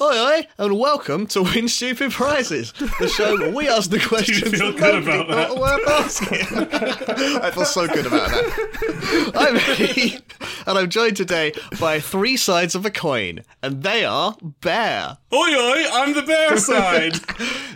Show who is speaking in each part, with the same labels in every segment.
Speaker 1: Ahoy, and welcome to Win Stupid Prizes, the show where we ask the questions
Speaker 2: feel
Speaker 1: that nobody
Speaker 2: good about
Speaker 1: thought
Speaker 2: that?
Speaker 1: were worth asking. I feel so good about that. I'm Eddie, and I'm joined today by three sides of a coin, and they are Bear,
Speaker 2: Oi, oi, I'm the bear side.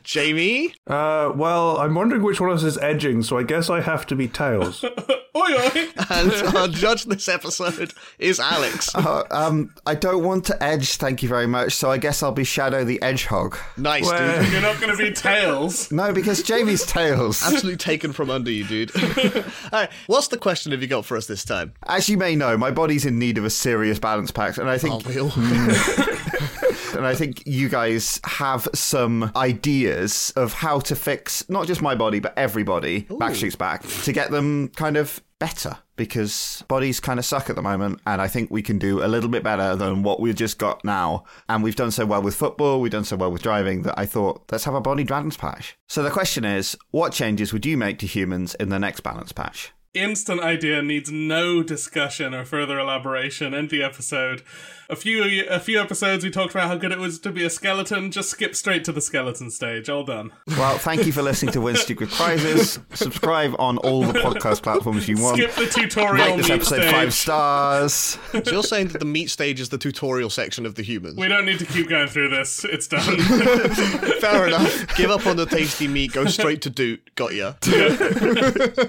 Speaker 1: Jamie,
Speaker 3: Uh, well, I'm wondering which one of us is edging, so I guess I have to be tails.
Speaker 2: oi, oi.
Speaker 1: and our judge this episode is Alex.
Speaker 4: Uh, um, I don't want to edge, thank you very much, so I guess I'll be Shadow the Edgehog.
Speaker 1: Nice, dude.
Speaker 3: Well,
Speaker 2: You're not going to be tails.
Speaker 4: No, because Jamie's tails.
Speaker 1: Absolutely taken from under you, dude. All right, what's the question have you got for us this time?
Speaker 4: As you may know, my body's in need of a serious balance pack, and I think Hmm.
Speaker 1: Wheel.
Speaker 4: and I think you guys have some ideas of how to fix not just my body but everybody back shoots back to get them kind of better because bodies kind of suck at the moment and I think we can do a little bit better than what we've just got now and we've done so well with football we've done so well with driving that I thought let's have a body balance patch so the question is what changes would you make to humans in the next balance patch
Speaker 2: Instant idea needs no discussion or further elaboration. End the episode. A few a few episodes we talked about how good it was to be a skeleton. Just skip straight to the skeleton stage. All done.
Speaker 4: well thank you for listening to Win Stupid Prizes subscribe on all the podcast platforms you want
Speaker 2: Skip the tutorial meat
Speaker 4: Rate this episode
Speaker 2: stage.
Speaker 4: five stars.
Speaker 1: So you're saying that the meat stage is the tutorial section of the humans.
Speaker 2: We don't need to keep going through this. It's done.
Speaker 1: Fair enough. Give up on the tasty meat, go straight to doot. Got ya.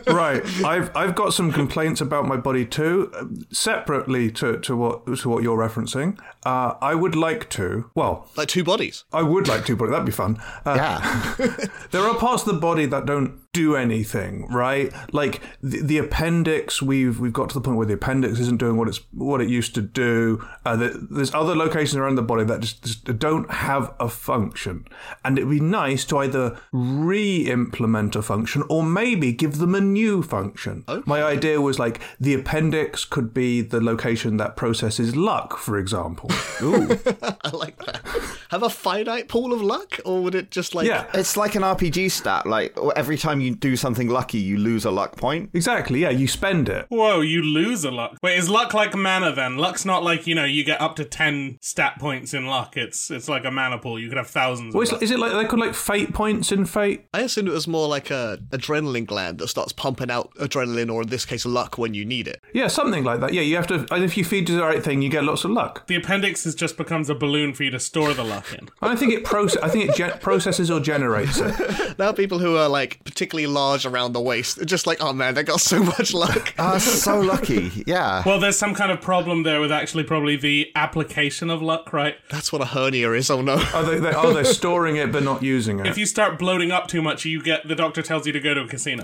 Speaker 3: right, I've I've got some complaints about my body too. uh, Separately to, to what to what you're referencing, uh, I would like to. Well,
Speaker 1: Like two bodies.
Speaker 3: I would like to, but that'd be fun. Uh,
Speaker 4: Yeah.
Speaker 3: there are parts of the body that don't do anything, right? Like the, the appendix, we've we've got to the point where the appendix isn't doing what it's what it used to do. Uh, there- there's other locations around the body that just, just don't have a function, and it'd be nice to either re-implement a function or maybe give them a new function. My idea was like the appendix could be the location that processes luck, for example.
Speaker 1: I like that. Have a finite pool of luck, or would it just like.
Speaker 3: yeah.
Speaker 4: It's like an RPG stat. Like every time you do something lucky, you lose a luck point.
Speaker 3: Exactly, yeah, you spend it.
Speaker 2: Whoa, you lose a luck. Wait, is luck like mana then? Luck's not like, you know, you get up to 10 stat points in luck. It's it's like a mana pool. You could have thousands
Speaker 3: Well,
Speaker 2: of
Speaker 3: is,
Speaker 2: luck.
Speaker 3: is it like they could like fate points in fate?
Speaker 1: I assumed it was more like a adrenaline gland that starts pumping out adrenaline, or in this case, luck when you need it.
Speaker 3: Yeah, something like that. Yeah, you have to. And if you feed the right thing, you get lots of luck.
Speaker 2: The appendix is just becomes a balloon for you to store the luck in.
Speaker 3: I don't think it proce- I think it gen- processes or generates it.
Speaker 1: Now, people who are like particularly large around the waist are just like, oh man, they got so much luck.
Speaker 4: Ah, so lucky. Yeah.
Speaker 2: Well, there's some kind of problem there with actually probably the application of luck, right?
Speaker 1: That's what a hernia is, oh no.
Speaker 3: Are they, they are they storing it but not using
Speaker 2: If
Speaker 3: it
Speaker 2: you start bloating up too much, you get the doctor tells you to go to a casino.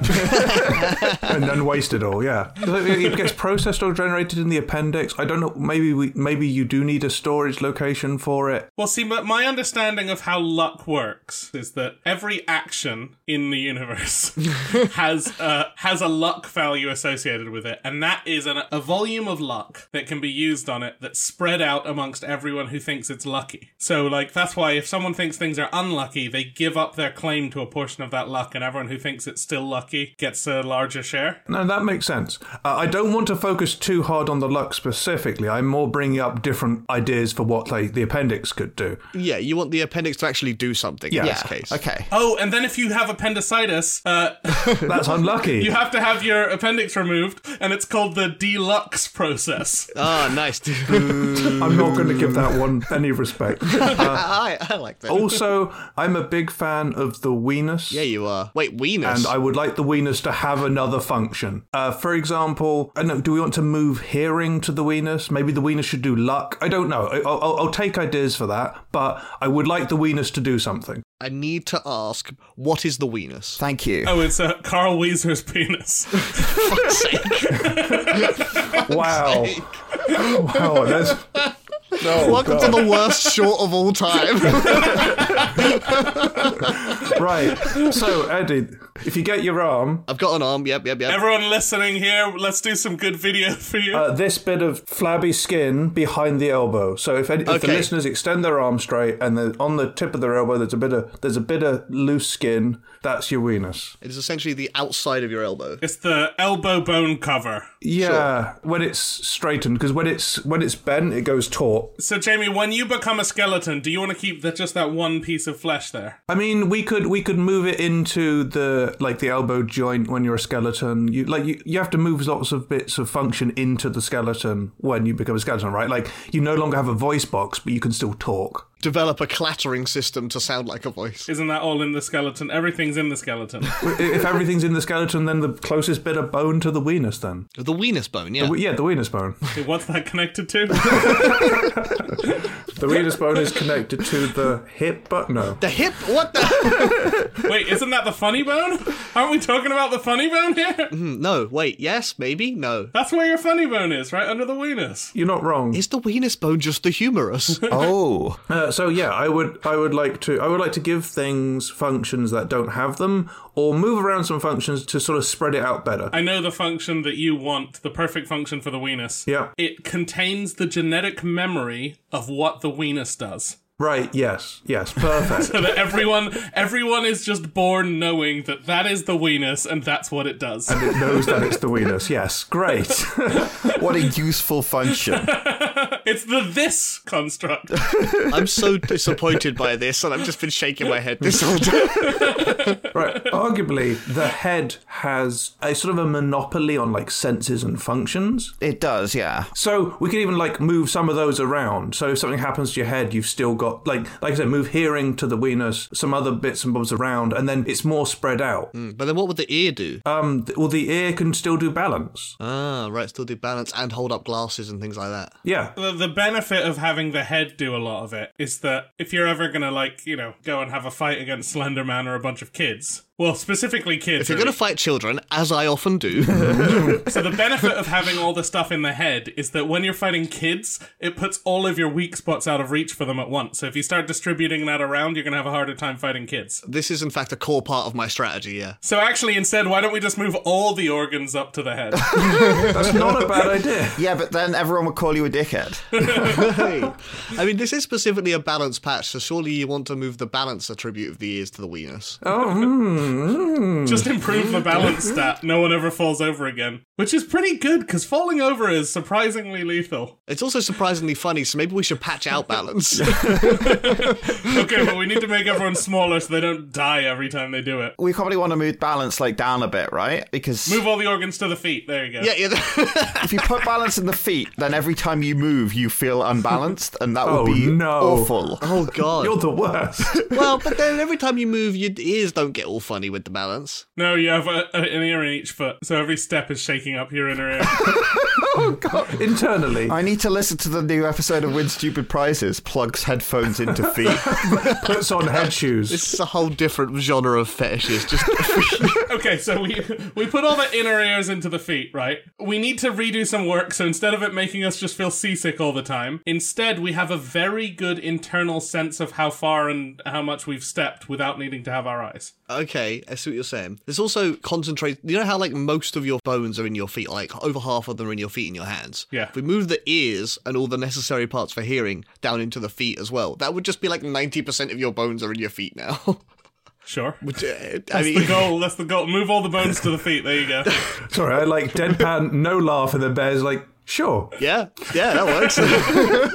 Speaker 3: and then waste it all? Yeah, So it it gets processed or generated in the appendix. I don't know. Maybe we maybe you do need a storage location for it.
Speaker 2: well, see, but my understanding of how luck works is that every action in the universe has a, has a luck value associated with it, and that is an, a volume of luck that can be used on it that's spread out amongst everyone who thinks it's lucky. So, like, that's why if someone thinks things are unlucky, they give up their claim to a portion of that luck, and everyone who thinks it's still lucky gets a larger share.
Speaker 3: No, that makes sense. Uh, I don't want to focus too hard on the luck specifically. I'm more bringing up different ideas for what like the appendix could do.
Speaker 1: yeah, you want the appendix to actually do something in
Speaker 3: Yeah.
Speaker 1: this case.
Speaker 4: Okay.
Speaker 2: Oh, and then if you have appendicitis, uh,
Speaker 3: That's unlucky.
Speaker 2: you have to have your appendix removed, and it's called the deluxe process.
Speaker 1: Ah, nice. dude.
Speaker 3: I'm not going to give that one any respect.
Speaker 1: I, I like that.
Speaker 3: also, I'm a big fan of the weenus.
Speaker 1: yeah, you are. Wait, weenus.
Speaker 3: And I would like the weenus to have another function. Uh, for example, I don't know, do we want to move hearing to the weenus? Maybe the weenus should do luck. I don't know. I- I'll, I'll, I'll take ideas for that, but I would like the weenus to do something.
Speaker 1: I need to ask, what is the weenus?
Speaker 4: Thank you.
Speaker 2: Oh, it's uh, Carl Weezer's penis.
Speaker 3: Wow. wow. That's,
Speaker 1: Welcome to the worst short of all time.
Speaker 3: right. So, Eddie, if you get your arm,
Speaker 1: I've got an arm. Yep, yep, yep.
Speaker 2: Everyone listening here, let's do some good video for you.
Speaker 3: uh, this bit of flabby skin behind the elbow. So if, any, if the
Speaker 1: Okay.
Speaker 3: listeners extend their arm straight and the, on the tip of their elbow, there's a bit of there's a bit of loose skin. That's your weenus.
Speaker 1: it is essentially the outside of your elbow.
Speaker 2: it's the elbow bone cover.
Speaker 3: Yeah, when it's straightened, because when it's when it's bent, it goes taut.
Speaker 2: So, Jamie, when you become a skeleton, do you want to keep the, just that one piece of flesh there?
Speaker 3: I mean, we could we could move it into the like the elbow joint when you're a skeleton. You like you, you have to move lots of bits of function into the skeleton when you become a skeleton, right? Like you no longer have a voice box, but you can still talk.
Speaker 1: Develop a clattering system to sound like a voice.
Speaker 2: Isn't that all in the skeleton? Everything's in the skeleton.
Speaker 3: I- if everything's in the skeleton, then the closest bit of bone to the weenus, then
Speaker 1: The weenus bone, yeah.
Speaker 3: Well, yeah, the weenus bone.
Speaker 2: Okay, What's that connected to?
Speaker 3: The weenus bone is connected to the hip, but no.
Speaker 1: the hip? What the?
Speaker 2: Wait, isn't that the funny bone? Aren't we talking about the funny bone here?
Speaker 1: no, wait, yes, maybe, no.
Speaker 2: That's where your funny bone is, right under the weenus.
Speaker 3: You're not wrong.
Speaker 1: Is the weenus bone just the humerus?
Speaker 4: Oh,
Speaker 3: Uh, so yeah, I would I would like to I would like to give things functions that don't have them, or move around some functions to sort of spread it out better.
Speaker 2: I know the function that you want, the perfect function for the weenus.
Speaker 3: yeah.
Speaker 2: It contains the genetic memory of what the weenus does.
Speaker 3: Right. Yes. Yes. Perfect.
Speaker 2: So that everyone, everyone is just born knowing that that is the weenus and that's what it does.
Speaker 3: it knows that it's the weenus. Yes. Great.
Speaker 4: what a useful function.
Speaker 2: It's the this construct.
Speaker 1: I'm so disappointed by this, and I've just been shaking my head this whole day.
Speaker 3: right. Arguably, the head has a sort of a monopoly on like senses and functions.
Speaker 4: It does, yeah.
Speaker 3: So we can even like move some of those around. So if something happens to your head, you've still got like like I said, move hearing to the weenus, some other bits and bobs around, and then it's more spread out.
Speaker 1: But then what would the ear do?
Speaker 3: Um, th- well, the ear can still do balance.
Speaker 1: ah, right, still do balance and hold up glasses and things like that.
Speaker 3: Yeah.
Speaker 2: the, the benefit of having the head do a lot of it is that if you're ever gonna like you know go and have a fight against Slenderman or a bunch of kids well specifically kids
Speaker 1: If you're
Speaker 2: really.
Speaker 1: going to fight children, as I often do,
Speaker 2: so the benefit of having all the stuff in the head is that when you're fighting kids it puts all of your weak spots out of reach for them at once so if you start distributing that around you're gonna have a harder time fighting kids
Speaker 1: this is in fact a core part of my strategy, yeah.
Speaker 2: so actually instead why don't we just move all the organs up to the head
Speaker 3: That's not a bad idea.
Speaker 4: Yeah, but then everyone would call you a dickhead.
Speaker 1: I mean, this is specifically a balance patch, so surely you want to move the balance attribute of the ears to the weenus.
Speaker 3: Oh, mm, mm.
Speaker 2: just improve the balance stat no one ever falls over again which is pretty good because falling over is surprisingly lethal
Speaker 1: It's also surprisingly funny, so maybe we should patch out balance.
Speaker 2: Okay, but we need to make everyone smaller so they don't die every time they do it.
Speaker 4: We probably want to move balance like down a bit, right? Because
Speaker 2: Move all the organs to the feet. There you go.
Speaker 1: yeah, yeah.
Speaker 4: if you put balance in the feet, then every time you move, you feel unbalanced, and that
Speaker 3: Oh,
Speaker 4: would be
Speaker 3: no.
Speaker 4: awful.
Speaker 1: oh, God.
Speaker 3: You're the worst.
Speaker 1: Well, but then every time you move, your ears don't get all funny with the balance.
Speaker 2: No, you have a, a, an ear in each foot, so every step is shaking up your inner ear.
Speaker 3: Internally,
Speaker 4: I need to listen to the new episode of Win Stupid Prizes. Plugs headphones into feet.
Speaker 3: puts on head shoes.
Speaker 1: This is a whole different genre of fetishes. Just
Speaker 2: okay, so we we put all the inner ears into the feet, right? We need to redo some work, so instead of it making us just feel seasick all the time, instead we have a very good internal sense of how far and how much we've stepped without needing to have our eyes.
Speaker 1: okay, I see what you're saying. This also concentrates. You know how like most of your bones are in your feet, like over half of them are in your feet and your hands.
Speaker 2: Yeah.
Speaker 1: If we move the ears and all the necessary parts for hearing down into the feet as well, that would just be like 90% of your bones are in your feet now.
Speaker 2: Sure.
Speaker 1: Which, uh, I
Speaker 2: That's the
Speaker 1: mean,
Speaker 2: goal. That's the goal. Move all the bones to the feet. There you go.
Speaker 3: Sorry, I like deadpan, no laugh, and the bear's like, sure.
Speaker 1: yeah, yeah, that works.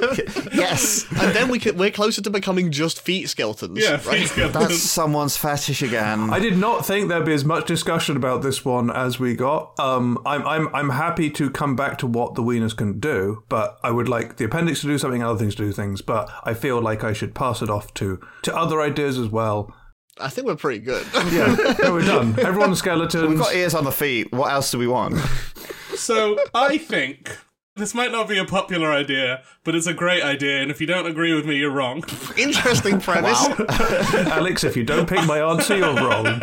Speaker 4: yes,
Speaker 1: and then we can, we're closer to becoming just feet skeletons.
Speaker 2: Yeah, feet
Speaker 4: that's
Speaker 2: skeletons.
Speaker 4: someone's fetish again.
Speaker 3: I did not think there'd be as much discussion about this one as we got. Um, I'm, I'm, I'm happy to come back to what the weenus can do, but I would like the appendix to do something and other things to do things, but I feel like I should pass it off to, to other ideas as well.
Speaker 1: I think we're pretty good.
Speaker 3: Yeah, no, we're done. Everyone's
Speaker 4: We've
Speaker 3: skeletons.
Speaker 4: got ears on the feet. What else do we want?
Speaker 2: So I think this might not be a popular idea, but it's a great idea, and if you don't agree with me, you're wrong.
Speaker 1: Interesting premise.
Speaker 3: Alex, if you don't pick my answer, you're wrong.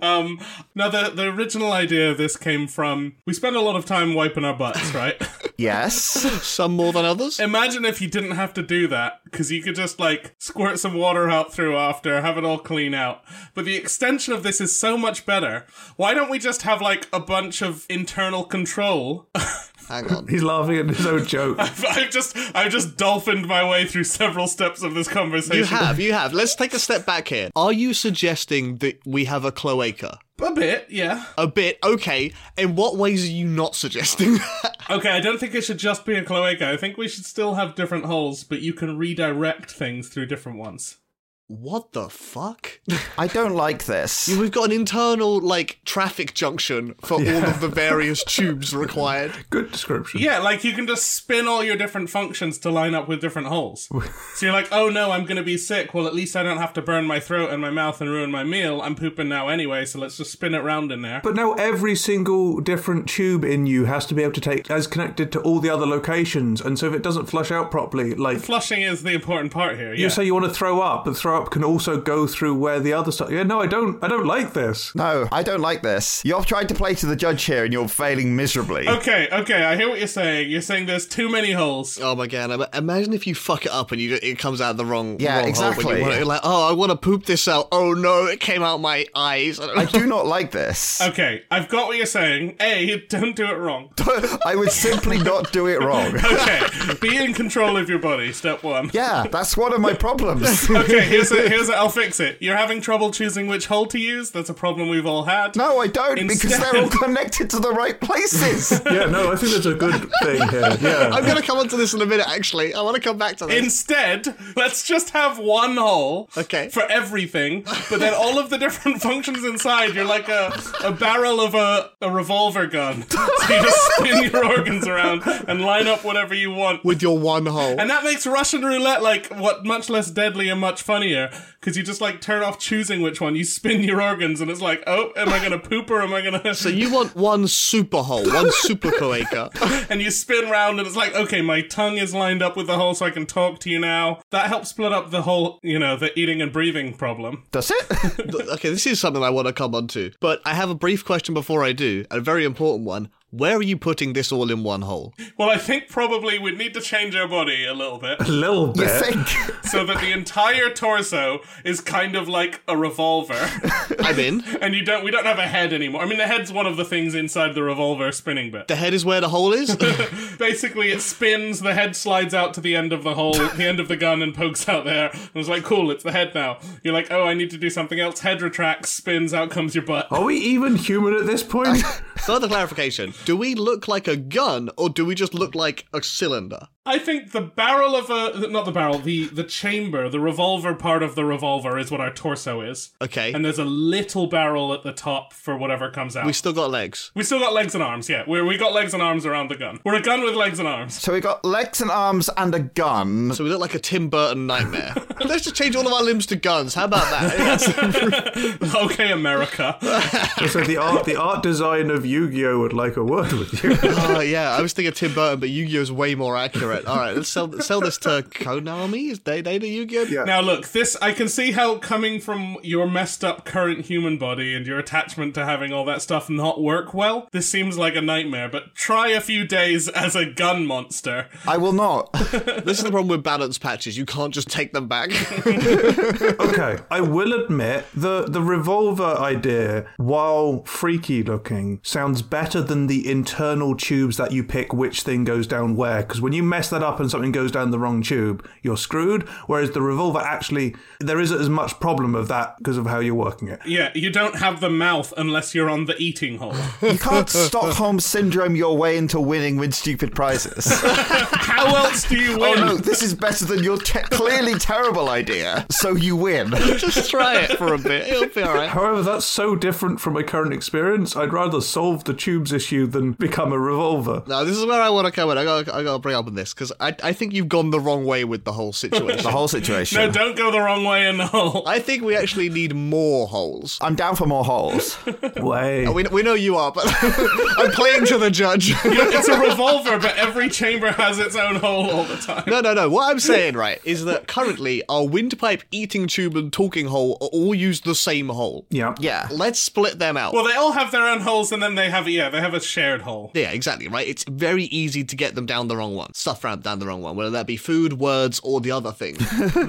Speaker 2: Um, now the the original idea of this came from we spend a lot of time wiping our butts, right?
Speaker 4: Yes.
Speaker 1: Some more than others.
Speaker 2: Imagine if you didn't have to do that, because you could just like squirt some water out through after, have it all clean out. But the extension of this is so much better. Why don't we just have like a bunch of internal control
Speaker 1: Hang on.
Speaker 3: He's laughing at his own joke.
Speaker 2: I've just I've just dolphined my way through several steps of this conversation.
Speaker 1: You have, you have. Let's take a step back here. Are you suggesting that we have a cloaca?
Speaker 2: A bit, yeah.
Speaker 1: A bit, okay. In what ways are you not suggesting that?
Speaker 2: Okay, I don't think it should just be a cloaca. I think we should still have different holes, but you can redirect things through different ones.
Speaker 1: What the fuck?
Speaker 4: I don't like this.
Speaker 1: We've got an internal, like, traffic junction for all of the various tubes required.
Speaker 3: Good description.
Speaker 2: Yeah, like you can just spin all your different functions to line up with different holes. so you're like, oh no, I'm gonna be sick. Well, at least I don't have to burn my throat and my mouth and ruin my meal. I'm pooping now anyway, so let's just spin it round in there.
Speaker 3: But now every single different tube in you has to be able to take as connected to all the other locations, and so if it doesn't flush out properly, like
Speaker 2: Flushing is the important part here. Yeah.
Speaker 3: you say you want to throw up, but throw up can also go through where the other stuff. Yeah, no, I don't. I don't like this.
Speaker 4: No, I don't like this. You're trying to play to the judge here and you're failing miserably.
Speaker 2: okay, okay, I hear what you're saying. You're saying there's too many holes.
Speaker 1: Oh my god! ima- Imagine if you fuck it up and you it comes out the wrong.
Speaker 4: Yeah,
Speaker 1: wrong hole when you
Speaker 4: exactly.
Speaker 1: want it. You're like, oh, I want to poop this out. Oh no, it came out my eyes.
Speaker 4: I do not like this.
Speaker 2: Okay, I've got what you're saying. A, don't do it wrong.
Speaker 4: I would simply not do it wrong.
Speaker 2: Okay, be in control of your body, step one.
Speaker 4: Yeah, that's one of my problems.
Speaker 2: Okay, here's it. Here's it. I'll fix it. You're having trouble choosing which hole to use. That's a problem we've all had.
Speaker 4: No, I don't, because they're all
Speaker 2: Instead-
Speaker 4: connected to the right places.
Speaker 3: Yeah, no, I think that's a good thing here. Yeah.
Speaker 1: I'm gonna come onto this in a minute. Actually, I want to come back to this.
Speaker 2: Instead, let's just have one hole
Speaker 1: Okay.
Speaker 2: for everything, but then all of the different functions inside, you're like a, a barrel of a, a revolver gun. So you just spin your organs around and line up whatever you want.
Speaker 1: with your one hole.
Speaker 2: And that makes Russian roulette like what much less deadly and much funnier because you just like turn off choosing which one. You spin your organs and it's like, oh, am I gonna poop or am I gonna?
Speaker 1: so you want one super hole, one super cloaca.
Speaker 2: and you spin round and it's like, okay, my tongue is lined up with the hole so I can talk to you now. That helps split up the whole, you know, the eating and breathing problem.
Speaker 4: Does it?
Speaker 1: okay, this is something I want to come onto, but I have a brief question before I do, and a very important one. Where are you putting this all in one hole?
Speaker 2: Well, I think probably we'd need to change our body a little bit
Speaker 3: A little bit.
Speaker 4: You think?
Speaker 2: so that the entire torso is kind of like a revolver.
Speaker 1: I'm in.
Speaker 2: And you don't we don't have a head anymore. I mean the head's one of the things inside the revolver spinning bit.
Speaker 1: The head is where the hole is.
Speaker 2: Basically, it spins. The head slides out to the end of the hole, the end of the gun, and pokes out there. And it's like, cool, it's the head now. You're like, oh, I need to do something else. Head retracts, spins, out comes your butt.
Speaker 3: Are we even human at this point?
Speaker 1: Further clarification: Do we look like a gun, or do we just look like a cylinder?
Speaker 2: I think the barrel of a not the barrel, the the chamber, the revolver part of the revolver is what our torso is,
Speaker 1: Okay,
Speaker 2: and there's a little barrel at the top for whatever comes out.
Speaker 1: we
Speaker 2: We,
Speaker 1: still got legs.
Speaker 2: still got legs and arms, yeah. We we got legs and arms around the gun. We're a gun with legs and arms.
Speaker 4: So we got legs and arms and a gun.
Speaker 1: So we look like a Tim Burton nightmare. Let's just change all of our limbs to guns. How about that?
Speaker 2: okay, America.
Speaker 3: so the art, the art design of Yu-Gi-Oh would like a word with you.
Speaker 1: Oh yeah, I was thinking Tim Burton, but Yu-Gi-Oh's way more accurate. All right, let's sell sell this to Konami. Is they they the Yu-Gi-Oh? Yeah.
Speaker 2: Now look, this I can see how coming from your messed up current human body and your attachment to having all that stuff not work well, this seems like a nightmare, but try a few days as a gun monster.
Speaker 4: I will not.
Speaker 1: This is the problem with balance patches. You can't just take them back.
Speaker 3: Okay, I will admit the the revolver idea, while freaky looking, sounds better than the internal tubes that you pick which thing goes down where. Because when you mess that up and something goes down the wrong tube, you're screwed. Whereas the revolver actually, there isn't as much problem of that because of how you're working it.
Speaker 2: Yeah, you don't have the mouth unless you're on the eating hole.
Speaker 4: You can't Stockholm syndrome your way into winning with stupid prizes.
Speaker 2: how else do you
Speaker 4: Oh
Speaker 2: win?
Speaker 4: no, this is better than your te- clearly terrible idea. So you win.
Speaker 1: just try it for a bit. It'll be all right.
Speaker 3: However, that's so different from my current experience. I'd rather solve the tubes issue than become a revolver.
Speaker 1: Now this is where I want to come in. I got I got to bring up on this because I I think you've gone the wrong way with the whole situation.
Speaker 4: The whole situation.
Speaker 2: No, don't go the wrong way in the hole.
Speaker 1: I think we actually need more holes.
Speaker 4: I'm down for more holes.
Speaker 3: Way.
Speaker 1: We, we know you are, but I'm playing to the judge.
Speaker 2: it's a revolver, but every chamber has its own hole all the time.
Speaker 1: No, no, no. What I'm saying, right, is that currently our windpipe, eating tube, and talking hole are all use the same hole.
Speaker 3: Yeah.
Speaker 4: Yeah.
Speaker 1: Let's split them out.
Speaker 2: Well, they all have their own holes, and then they have yeah, they have a shared hole.
Speaker 1: yeah, exactly, right? It's very easy to get them down the wrong one. Stuff I've frowned down the wrong one, whether that be food, words, or the other thing.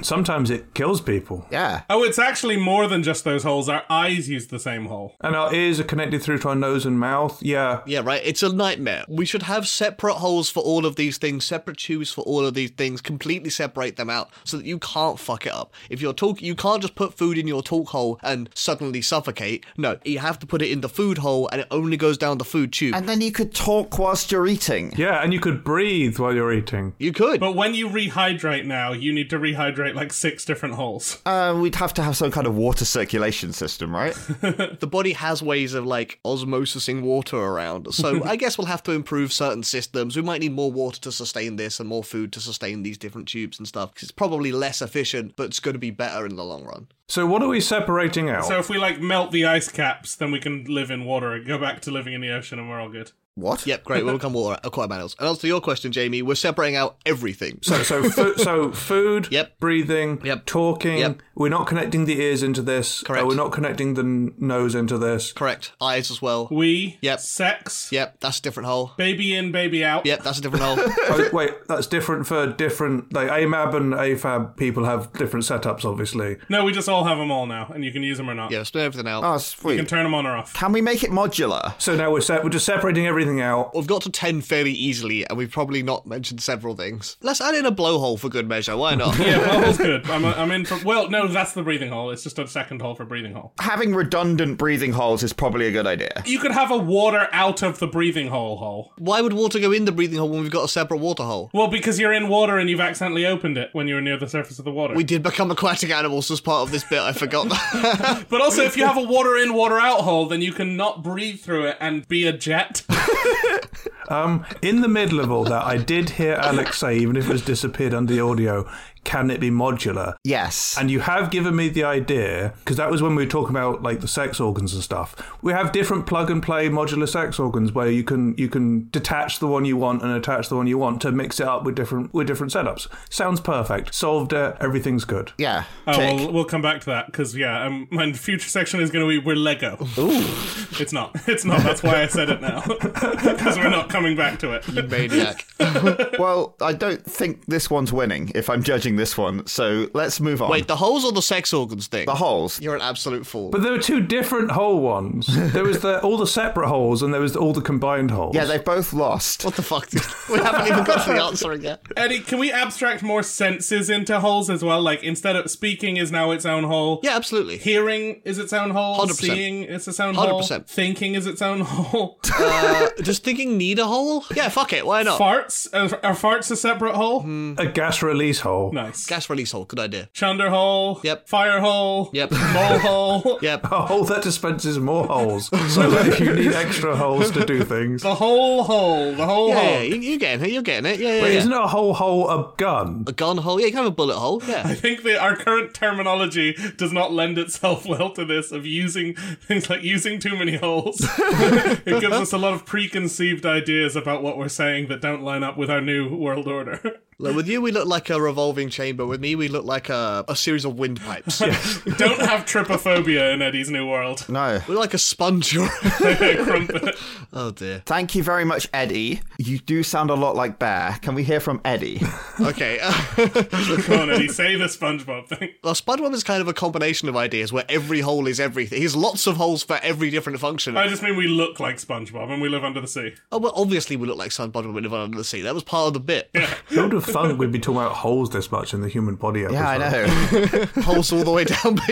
Speaker 3: Sometimes it kills people.
Speaker 4: Yeah.
Speaker 2: Oh, it's actually more than just those holes. Our eyes use the same hole.
Speaker 3: And our ears are connected through to our nose and mouth. Yeah.
Speaker 1: yeah, right? It's a nightmare. We should have separate holes for all of these things, separate tubes for all of these things, completely separate them out so that you can't fuck it up. If you're talk you can't just put food in your talk hole and suddenly suffocate. No, you have to put it in the food hole and it only goes down the food tube.
Speaker 4: And then you could talk whilst you're eating.
Speaker 3: Yeah, and you could breathe while you're eating.
Speaker 1: you could.
Speaker 2: But when you rehydrate now, you need to rehydrate like six different holes.
Speaker 1: Oh.
Speaker 4: Uh, we'd have to have some kind of water circulation system, right?
Speaker 1: the body has ways of like osmosising water around. So I guess we'll have to improve certain systems. We might need more water to sustain this and more food to sustain these different tubes and stuff because it's probably less efficient, but it's going to be better in the long run.
Speaker 3: So what are we separating out?
Speaker 2: So if we like melt the ice caps, then we can live in water and go back to living in the ocean and we're all good.
Speaker 4: what?
Speaker 1: Yep, great. We'll become water aquabannels. And answer to your question, Jamie, we're separating out everything.
Speaker 3: so so, fo- so food,
Speaker 1: Yep.
Speaker 3: breathing,
Speaker 1: Yep.
Speaker 3: talking.
Speaker 1: Yep.
Speaker 3: We're not connecting the ears into this.
Speaker 1: Correct.
Speaker 3: Uh, we're not connecting the n- nose into this.
Speaker 1: Correct. Eyes as well.
Speaker 2: We,
Speaker 1: Yep.
Speaker 2: sex,
Speaker 1: Yep, that's a different hole.
Speaker 2: baby in, baby out.
Speaker 1: Yep, that's a different hole.
Speaker 3: Oh, wait, that's different for different. Like AMAB and AFAB people have different setups, obviously.
Speaker 2: No, we just all have them all now, and you can use them or not.
Speaker 1: Yeah, split everything out.
Speaker 4: Oh,
Speaker 2: You can
Speaker 4: sweet.
Speaker 2: turn them on or off.
Speaker 4: Can we make it modular?
Speaker 3: So now we're se- we're just separating everything out.
Speaker 1: We've got to 10 fairly easily, and we've probably not mentioned several things. Let's add in a blowhole for good measure. Why not?
Speaker 2: Yeah, well, hole's good. I'm, I'm in for. Well, no, that's the breathing hole. It's just a second hole for breathing hole.
Speaker 4: Having redundant breathing holes is probably a good idea.
Speaker 2: You could have a water out of the breathing hole hole.
Speaker 1: Why would water go in the breathing hole when we've got a separate water hole?
Speaker 2: Well, because you're in water and you've accidentally opened it when you were near the surface of the water.
Speaker 1: We did become aquatic animals as part of this bit. I forgot that.
Speaker 2: But also, if you have a water in, water out hole, then you can not breathe through it and be a jet.
Speaker 3: In the middle of all that, I did hear Alex say, even if it's disappeared under the audio, can it be modular?
Speaker 4: Yes.
Speaker 3: And you have given me the idea because that was when we were talking about like the sex organs and stuff. We have different plug and play modular sex organs where you can you can detach the one you want and attach the one you want to mix it up with different with different setups. Sounds perfect. Solved it. Everything's good.
Speaker 4: yeah.
Speaker 2: Oh,
Speaker 4: Tick.
Speaker 2: we'll, we'll come back to that because yeah, um, my future section is going to be we're Lego. It's not. It's not. That's why I said it now because we're not coming back to it.
Speaker 1: Maniac.
Speaker 4: Well, I don't think this one's winning if I'm judging this one. So let's move on.
Speaker 1: Wait, the holes or the sex organs thing?
Speaker 4: the holes.
Speaker 1: You're an absolute fool.
Speaker 3: But there were two different whole ones. There was the all the separate holes and there was all the combined holes.
Speaker 4: Yeah, they've both lost.
Speaker 1: what the fuck? dude? we haven't even got to the answering yet.
Speaker 2: Eddie, can we abstract more senses into holes as well? Like instead of speaking is now its own hole.
Speaker 1: Yeah, absolutely.
Speaker 2: Hearing is its own hole.
Speaker 1: 100%.
Speaker 2: Seeing is its own hole.
Speaker 1: 100%.
Speaker 2: Thinking is its own hole.
Speaker 1: Uh, does thinking need a hole? Yeah, fuck it. Why not?
Speaker 2: farts are, are farts a separate hole?
Speaker 1: Hmm.
Speaker 3: A gas release hole.
Speaker 2: Nice.
Speaker 1: Gas release hole. Good idea.
Speaker 2: Chunder hole.
Speaker 1: Yep.
Speaker 2: Fire hole.
Speaker 1: Yep.
Speaker 2: Mole hole.
Speaker 1: Yep.
Speaker 3: A hole that dispenses more holes. So that you need extra holes to do things.
Speaker 2: The whole hole. The whole
Speaker 1: Yeah,
Speaker 2: hole.
Speaker 1: yeah, you- you're getting it. You're getting it. Yeah, yeah.
Speaker 3: Wait,
Speaker 1: yeah.
Speaker 3: Isn't a whole hole a gun?
Speaker 1: a gun hole? Yeah, you can have a bullet hole. Yeah.
Speaker 2: I think that our current terminology does not lend itself well to this of using things like using too many holes. it gives us a lot of preconceived ideas about what we're saying that don't line up with our new world order.
Speaker 1: Look, with you, we look like a revolving chamber. With me, we look like a, a series of windpipes.
Speaker 2: don't have trypophobia in Eddie's new world.
Speaker 4: No.
Speaker 1: We're like a sponge. or-
Speaker 2: Crumpet.
Speaker 1: oh dear.
Speaker 4: Thank you very much, Eddie. You do sound a lot like Bear. Can we hear from Eddie?
Speaker 1: Okay. uh,
Speaker 2: Come on, Eddie, say the SpongeBob thing.
Speaker 1: Well, Spudworm is kind of a combination of ideas where every hole is everything. He's lots of holes for every different function.
Speaker 2: I just mean we look like SpongeBob and we live under the sea.
Speaker 1: oh, well, obviously we look like Sun Spudworm and Nirvana Under the Sea. That was part of the bit.
Speaker 3: Who would have thought we'd be talking about holes this much in the human body episode?
Speaker 4: Yeah, I know.
Speaker 1: Holes all the way down,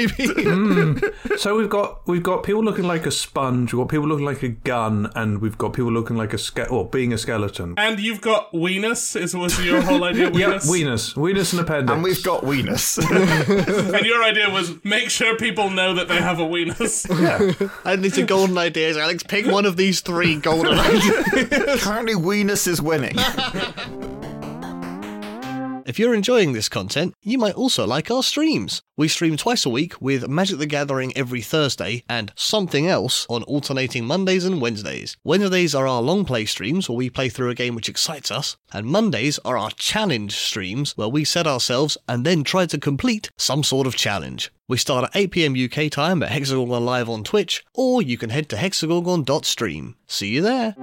Speaker 1: baby.
Speaker 3: So we've got we've got people looking like a sponge, we've got people looking like a gun, and we've got people looking like a ske- or being a skeleton.
Speaker 2: And you've got weenus, is was your whole idea weenus?
Speaker 3: Weenus, weenus and appendix.
Speaker 4: and we've got Weenus.
Speaker 2: And your idea was make sure people know that they have a weenus.
Speaker 1: and these are golden ideas, Alex. Pick one of these three golden ideas.
Speaker 4: Currently, Weenus is winning.
Speaker 1: If you're enjoying this content, you might also like our streams. We stream twice a week with Magic the Gathering every Thursday and something else on alternating Mondays and Wednesdays. Wednesdays are our long play streams where we play through a game which excites us, and Mondays are our challenge streams where we set ourselves and then try to complete some sort of challenge. We start at 8pm UK time at Hexagon Live on Twitch, or you can head to hexagon.stream. See you there!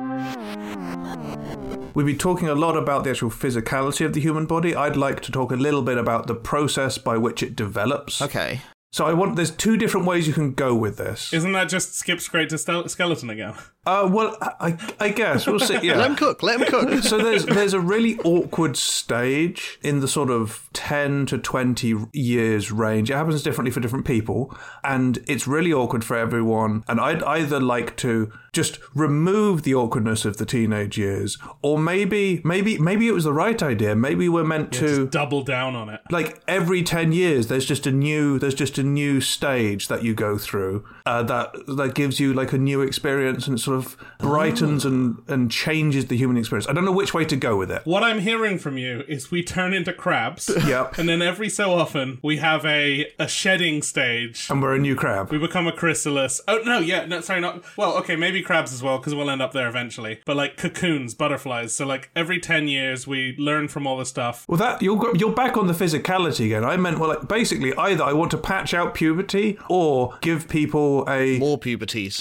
Speaker 3: We've been talking a lot about the actual physicality of the human body. I'd like to talk a little bit about the process by which it develops.
Speaker 4: Okay.
Speaker 3: So I want there's two different ways you can go with this.
Speaker 2: Isn't that just skip straight to stel- skeleton again?
Speaker 3: Uh, well, I, I guess we'll see. Yeah.
Speaker 1: Let him cook. Let him cook.
Speaker 3: so there's there's a really awkward stage in the sort of 10 to 20 years range it happens differently for different people and it's really awkward for everyone and i'd either like to just remove the awkwardness of the teenage years or maybe maybe maybe it was the right idea maybe we're meant to
Speaker 2: Just double down on it.
Speaker 3: like every 10 years there's just a new there's just a new stage that you go through uh, that that gives you like a new experience and it sort of brightens and and changes the human experience i don't know which way to go with it
Speaker 2: What I'm hearing from you is we turn into crabs.
Speaker 3: Yep.
Speaker 2: And then every so often we have a a shedding stage.
Speaker 3: and we're a new crab
Speaker 2: We become a chrysalis. Oh no, yeah, no, sorry, not. Well, okay, maybe crabs as well, because we'll end up there eventually. But like cocoons, butterflies. So like every ten years, we learn from all the stuff.
Speaker 3: well that you're go- you're back on the physicality again i meant well like basically either i want to patch out puberty or give people a
Speaker 1: More puberties.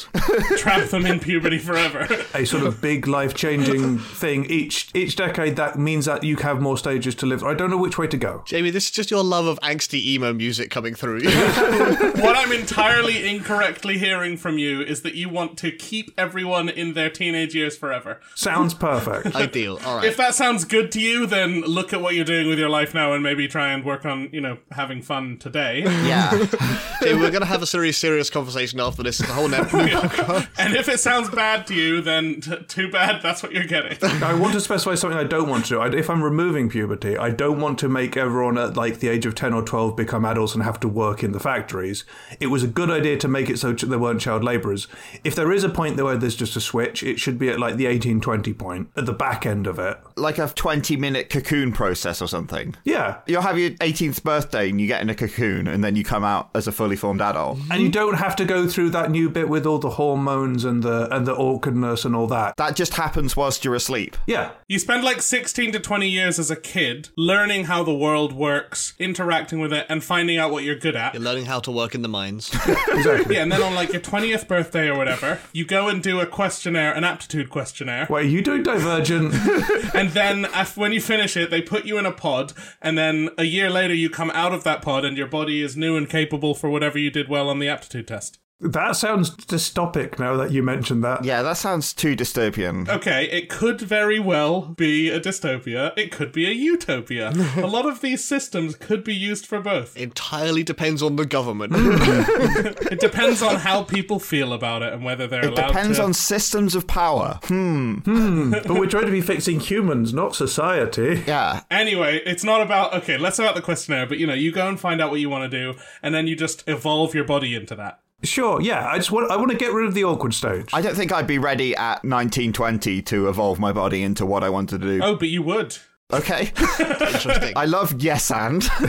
Speaker 2: Trap them in puberty forever.
Speaker 3: a sort of big life changing thing each each decade that means that you have more stages to live i don't know which way to go
Speaker 1: Jamie, this is just your love of angsty emo music coming through.
Speaker 2: what I'm entirely incorrectly hearing from you is that you want to keep everyone in their teenage years forever.
Speaker 3: sounds perfect
Speaker 1: Ideal. All right.
Speaker 2: If that sounds good to you, then look at what you're doing with your life now and maybe try and work on, you know, having fun today.
Speaker 4: Yeah.
Speaker 1: Jamie, we're going to have a serious, serious conversation after this. The whole net.
Speaker 2: and if it sounds bad to you, then t- too bad, that's what you're getting.
Speaker 3: I want to specify something I don't want to do. I, if I'm removing puberty, I don't want to make everyone at like the age of 10 or 12 become adults and have to work in the factories. It was a good idea to make it so ch- there weren't child laborers. If there is a point where there's just a switch, it should be at like the 1820 point, at the back end of it.
Speaker 4: like a 20 minute cocoon process or something.
Speaker 3: Yeah.
Speaker 4: You'll have your 18th birthday and you get in a cocoon and then you come out as a fully formed adult.
Speaker 3: And you don't have to go through that new bit with all the hormones and the and the awkwardness and all that.
Speaker 4: That just happens whilst you're asleep.
Speaker 3: Yeah.
Speaker 2: You spend like 16 to 20 years as a kid learning how the world works, interacting with it, and finding out what you're good at.
Speaker 1: You're learning how to work in the mines.
Speaker 3: Exactly.
Speaker 2: Yeah, and then on like your 20th birthday or whatever, you go and do a questionnaire, an aptitude questionnaire.
Speaker 3: Wait, are you doing Divergent?
Speaker 2: And then af- when you finish it, they put you in a pod. And then a year later, you come out of that pod and your body is new and capable for whatever you did well on the aptitude test.
Speaker 3: that sounds dystopic now that you mentioned that.
Speaker 4: Yeah, that sounds too dystopian.
Speaker 2: Okay, it could very well be a dystopia. It could be a utopia. a lot of these systems could be used for both.
Speaker 1: Entirely depends on the government.
Speaker 2: Mm. It depends on how people feel about it and whether they're
Speaker 4: It
Speaker 2: allowed
Speaker 4: depends
Speaker 2: to.
Speaker 4: on systems of power.
Speaker 3: But we're trying to be fixing humans, not society.
Speaker 4: Yeah.
Speaker 2: Anyway, it's not about okay, less about the questionnaire, but you know, you go and find out what you want to do, and then you just evolve your body into that.
Speaker 3: Sure, yeah. I just want I want to get rid of the awkward stage.
Speaker 4: I don't think I'd be ready at 1920 to evolve my body into what I wanted to do.
Speaker 2: Oh, but you would.
Speaker 4: Okay.
Speaker 1: Interesting.
Speaker 4: I love yes and.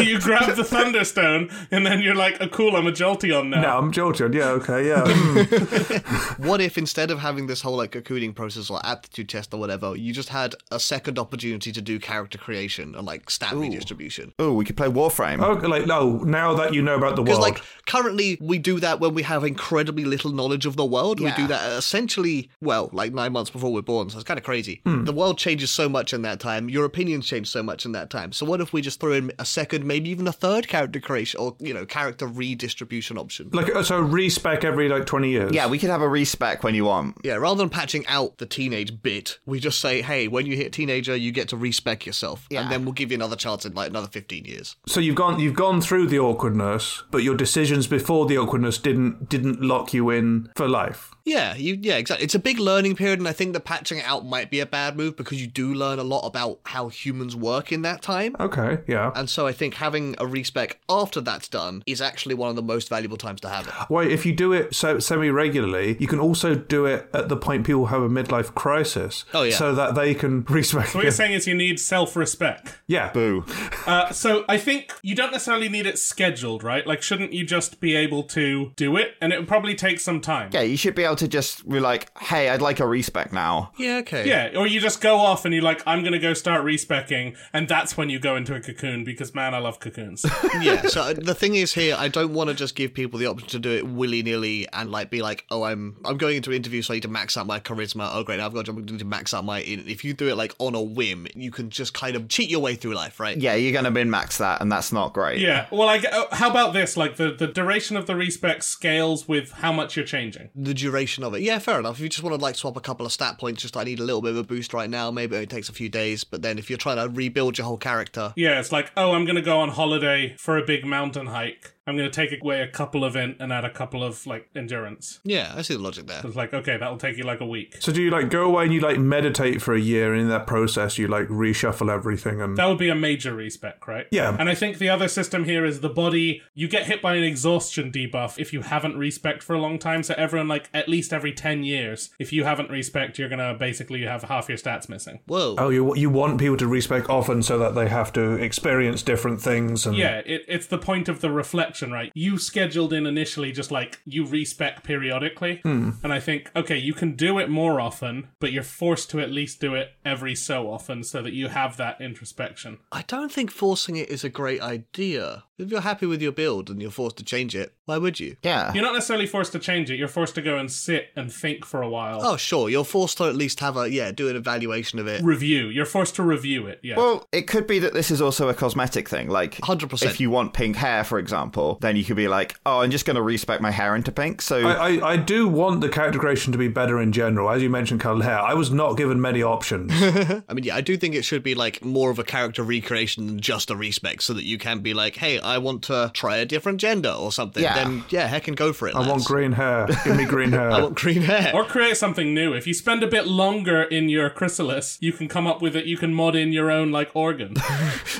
Speaker 2: you grab the thunderstone, and then you're like, oh, cool, I'm a Jolteon now.
Speaker 3: no, I'm jolted. Yeah, okay, yeah. Mm.
Speaker 1: What if instead of having this whole like cocooning process or aptitude test or whatever, you just had a second opportunity to do character creation and like stat redistribution?
Speaker 4: Oh, we could play Warframe.
Speaker 3: okay, like no. Now that you know about the world,
Speaker 1: Because like currently we do that when we have incredibly little knowledge of the world. We do
Speaker 4: Yeah.
Speaker 1: that essentially well, like nine months before we're born, so it's kind of crazy.
Speaker 4: Hmm.
Speaker 1: The world changes so much in that time. Your opinions change so much in that time. So what if we just throw in a second, maybe even a third character creation or you know character redistribution option?
Speaker 3: like uh, so respec every like 20 years.
Speaker 4: Yeah, we could have a respec when you want.
Speaker 1: Yeah, rather than patching out the teenage bit, we just say, hey, when you hit teenager, you get to respec yourself.
Speaker 4: Yeah.
Speaker 1: And then we'll give you another chance in like another 15 years.
Speaker 3: So you've gone you've gone through the awkwardness, but your decisions before the awkwardness didn't didn't lock you in for life.
Speaker 1: Yeah, you, yeah, exactly. It's a big learning period, and I think that patching it out might be a bad move because you do learn a lot about how humans work in that time.
Speaker 3: Okay, yeah.
Speaker 4: Uh,
Speaker 1: And so I think having a respec after that's done is actually one of the most valuable times to have it.
Speaker 3: Wait, if you do it so semi regularly, you can also do it at the point people have a midlife crisis.
Speaker 1: Oh, yeah.
Speaker 3: So that they can respec.
Speaker 2: What you're saying is you need self respect.
Speaker 3: yeah.
Speaker 4: Boo.
Speaker 2: Uh, so I think you don't necessarily need it scheduled, right? Like, shouldn't you just be able to do it? And it would probably take some time.
Speaker 4: Yeah, you should be able to just be like, hey, I'd like a respec now.
Speaker 1: Yeah, okay.
Speaker 2: Yeah, or you just go off and you're like, I'm going to go start respecking, and that's when you go into a cocoon because man, I love cocoons.
Speaker 1: yeah. So uh, the thing is here, I don't want to just give people the option to do it willy nilly and like be like, oh, I'm I'm going into an interview, so I need to max out my charisma. Oh, great, I've got to, I need to max out my. In. If you do it like on a whim, you can just kind of cheat your way through life, right?
Speaker 4: Yeah, you're going to min max that, and that's not great.
Speaker 2: yeah. Well, I g- oh, how about this? Like the the duration of the respec scales with how much you're changing.
Speaker 1: The duration of it. Yeah, fair enough. If you just want to like swap a couple of stat points, just I need a little bit of a boost right now. Maybe it takes a few days, but then if you're trying to rebuild your whole character,
Speaker 2: Yeah, it's like, oh, I'm going to go on holiday for a big mountain hike. I'm going to take away a couple event and add a couple of like endurance.
Speaker 1: yeah, I see the logic there.
Speaker 2: It's like, okay, that'll take you like a week.
Speaker 3: So do you like go away and you like meditate for a year, and in that process you like reshuffle everything and
Speaker 2: That would be a major respec, right?
Speaker 3: Yeah.
Speaker 2: And I think the other system here is the body. You get hit by an exhaustion debuff if you haven't respec for a long time. So everyone, like at least every ten years, if you haven't respec, you're gonna basically have half your stats missing.
Speaker 1: Whoa.
Speaker 3: oh you you want people to respec often so that they have to experience different things and
Speaker 2: Yeah, it, it's the point of the reflection, right? You scheduled in initially just like you respec periodically. And I think, okay, you can do it more often, but you're forced to at least do it every so often so that you have that introspection.
Speaker 1: I don't think forcing it is a great idea. If you're happy with your build and you're forced to change it, why would you?
Speaker 4: Yeah.
Speaker 2: You're not necessarily forced to change it, you're forced to go and sit and think for a while.
Speaker 1: Oh, sure. You're forced to at least have a yeah, do an evaluation of it.
Speaker 2: Review. You're forced to review it, yeah.
Speaker 4: Well, it could be that this is also a cosmetic thing. Like,
Speaker 1: 100%.
Speaker 4: if you want pink hair, for example, then you could be like, oh, I'm just going to respec my hair into pink. So,
Speaker 3: I, I, I do want the character creation to be better in general. As you mentioned, colored hair. I was not given many options.
Speaker 1: I mean, yeah, I do think it should be like more of a character recreation than just a respec, so that you can be like, hey, I want to try a different gender or something.
Speaker 4: Yeah.
Speaker 1: Then yeah, heck, and go for it.
Speaker 3: I want green hair. Give me green hair.
Speaker 1: I want green hair.
Speaker 2: or create something new. If you spend a bit longer in your chrysalis, you can come up with it. You can mod in your own like organ.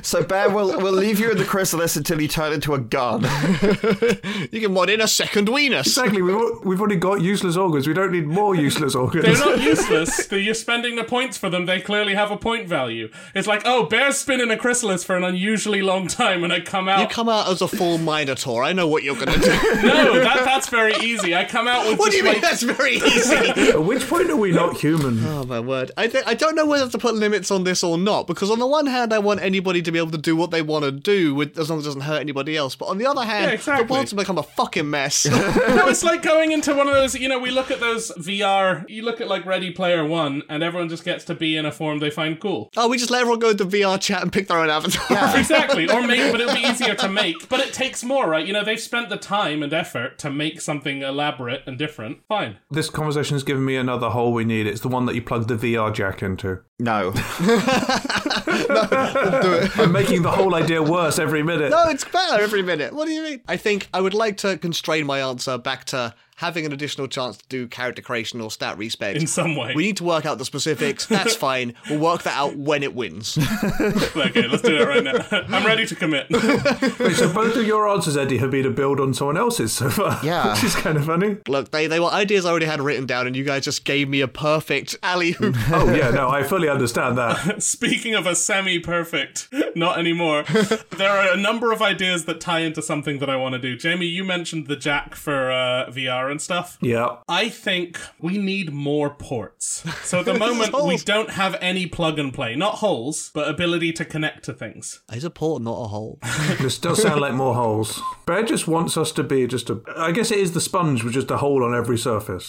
Speaker 4: so Bear, we'll, we'll leave you in the chrysalis until you turn into a gun.
Speaker 1: you can mod in a second weenus.
Speaker 3: Exactly. We've, al- we've already got useless organs. We don't need more useless
Speaker 2: They're
Speaker 3: organs.
Speaker 2: not useless. That You're spending the points for them. They clearly have a point value. It's like, oh, bear's spin in a chrysalis for an unusually long time, and I come
Speaker 1: You
Speaker 2: out.
Speaker 1: come out as a full minotaur. I know what you're gonna do.
Speaker 2: no, that, that's very easy. I come out with
Speaker 1: what do
Speaker 2: just
Speaker 1: you mean?
Speaker 2: like.
Speaker 1: That's very easy.
Speaker 3: At which point are we not human?
Speaker 1: Oh my word! I th- I don't know whether to put limits on this or not because on the one hand I want anybody to be able to do what they want to do with as long as it doesn't hurt anybody else, but on the other hand,
Speaker 2: Yeah, exactly.
Speaker 1: the world's become a fucking mess.
Speaker 2: No, it's like going into one of those. You know, we look at those VR. You look at like Ready Player One, and everyone just gets to be in a form they find cool.
Speaker 1: oh, we just let everyone go into VR chat and pick their own avatar.
Speaker 2: Exactly, or make, but it'll be easier to make. But it takes more, right? You know, they've spent the time and effort to make something elaborate and different. Fine.
Speaker 3: This conversation has given me another hole we need. It's the one that you plug the VR jack into.
Speaker 4: No.
Speaker 3: I'm making the whole idea worse every minute.
Speaker 1: No, Oh, it's better every minute. What do you mean? I think I would like to constrain my answer back to having an additional chance to do character creation or stat respect.
Speaker 2: In some way.
Speaker 1: We need to work out the specifics. That's fine. We'll work that out when it wins.
Speaker 2: Okay, let's do it right now. I'm ready to commit.
Speaker 3: Wait, so both of your answers, Eddie, have been a build on someone else's so far.
Speaker 4: Yeah.
Speaker 3: Which is kind of funny.
Speaker 1: Look, they, they were ideas I already had written down, and you guys just gave me a perfect alley hoop.
Speaker 3: Oh, yeah, no, I fully understand that.
Speaker 2: Speaking of a semi perfect, not anymore, there are a number of ideas that tie into something that I want to do. Jamie, you mentioned the jack for uh, VR and stuff.
Speaker 3: Yeah.
Speaker 2: I think we need more ports. So at the moment, we
Speaker 1: holes.
Speaker 2: don't have any plug and play. Not holes, but ability to connect to things.
Speaker 1: Is a port not a hole?
Speaker 3: This does sound like more holes. Bear just wants us to be just a. I guess it is the sponge with just a hole on every surface.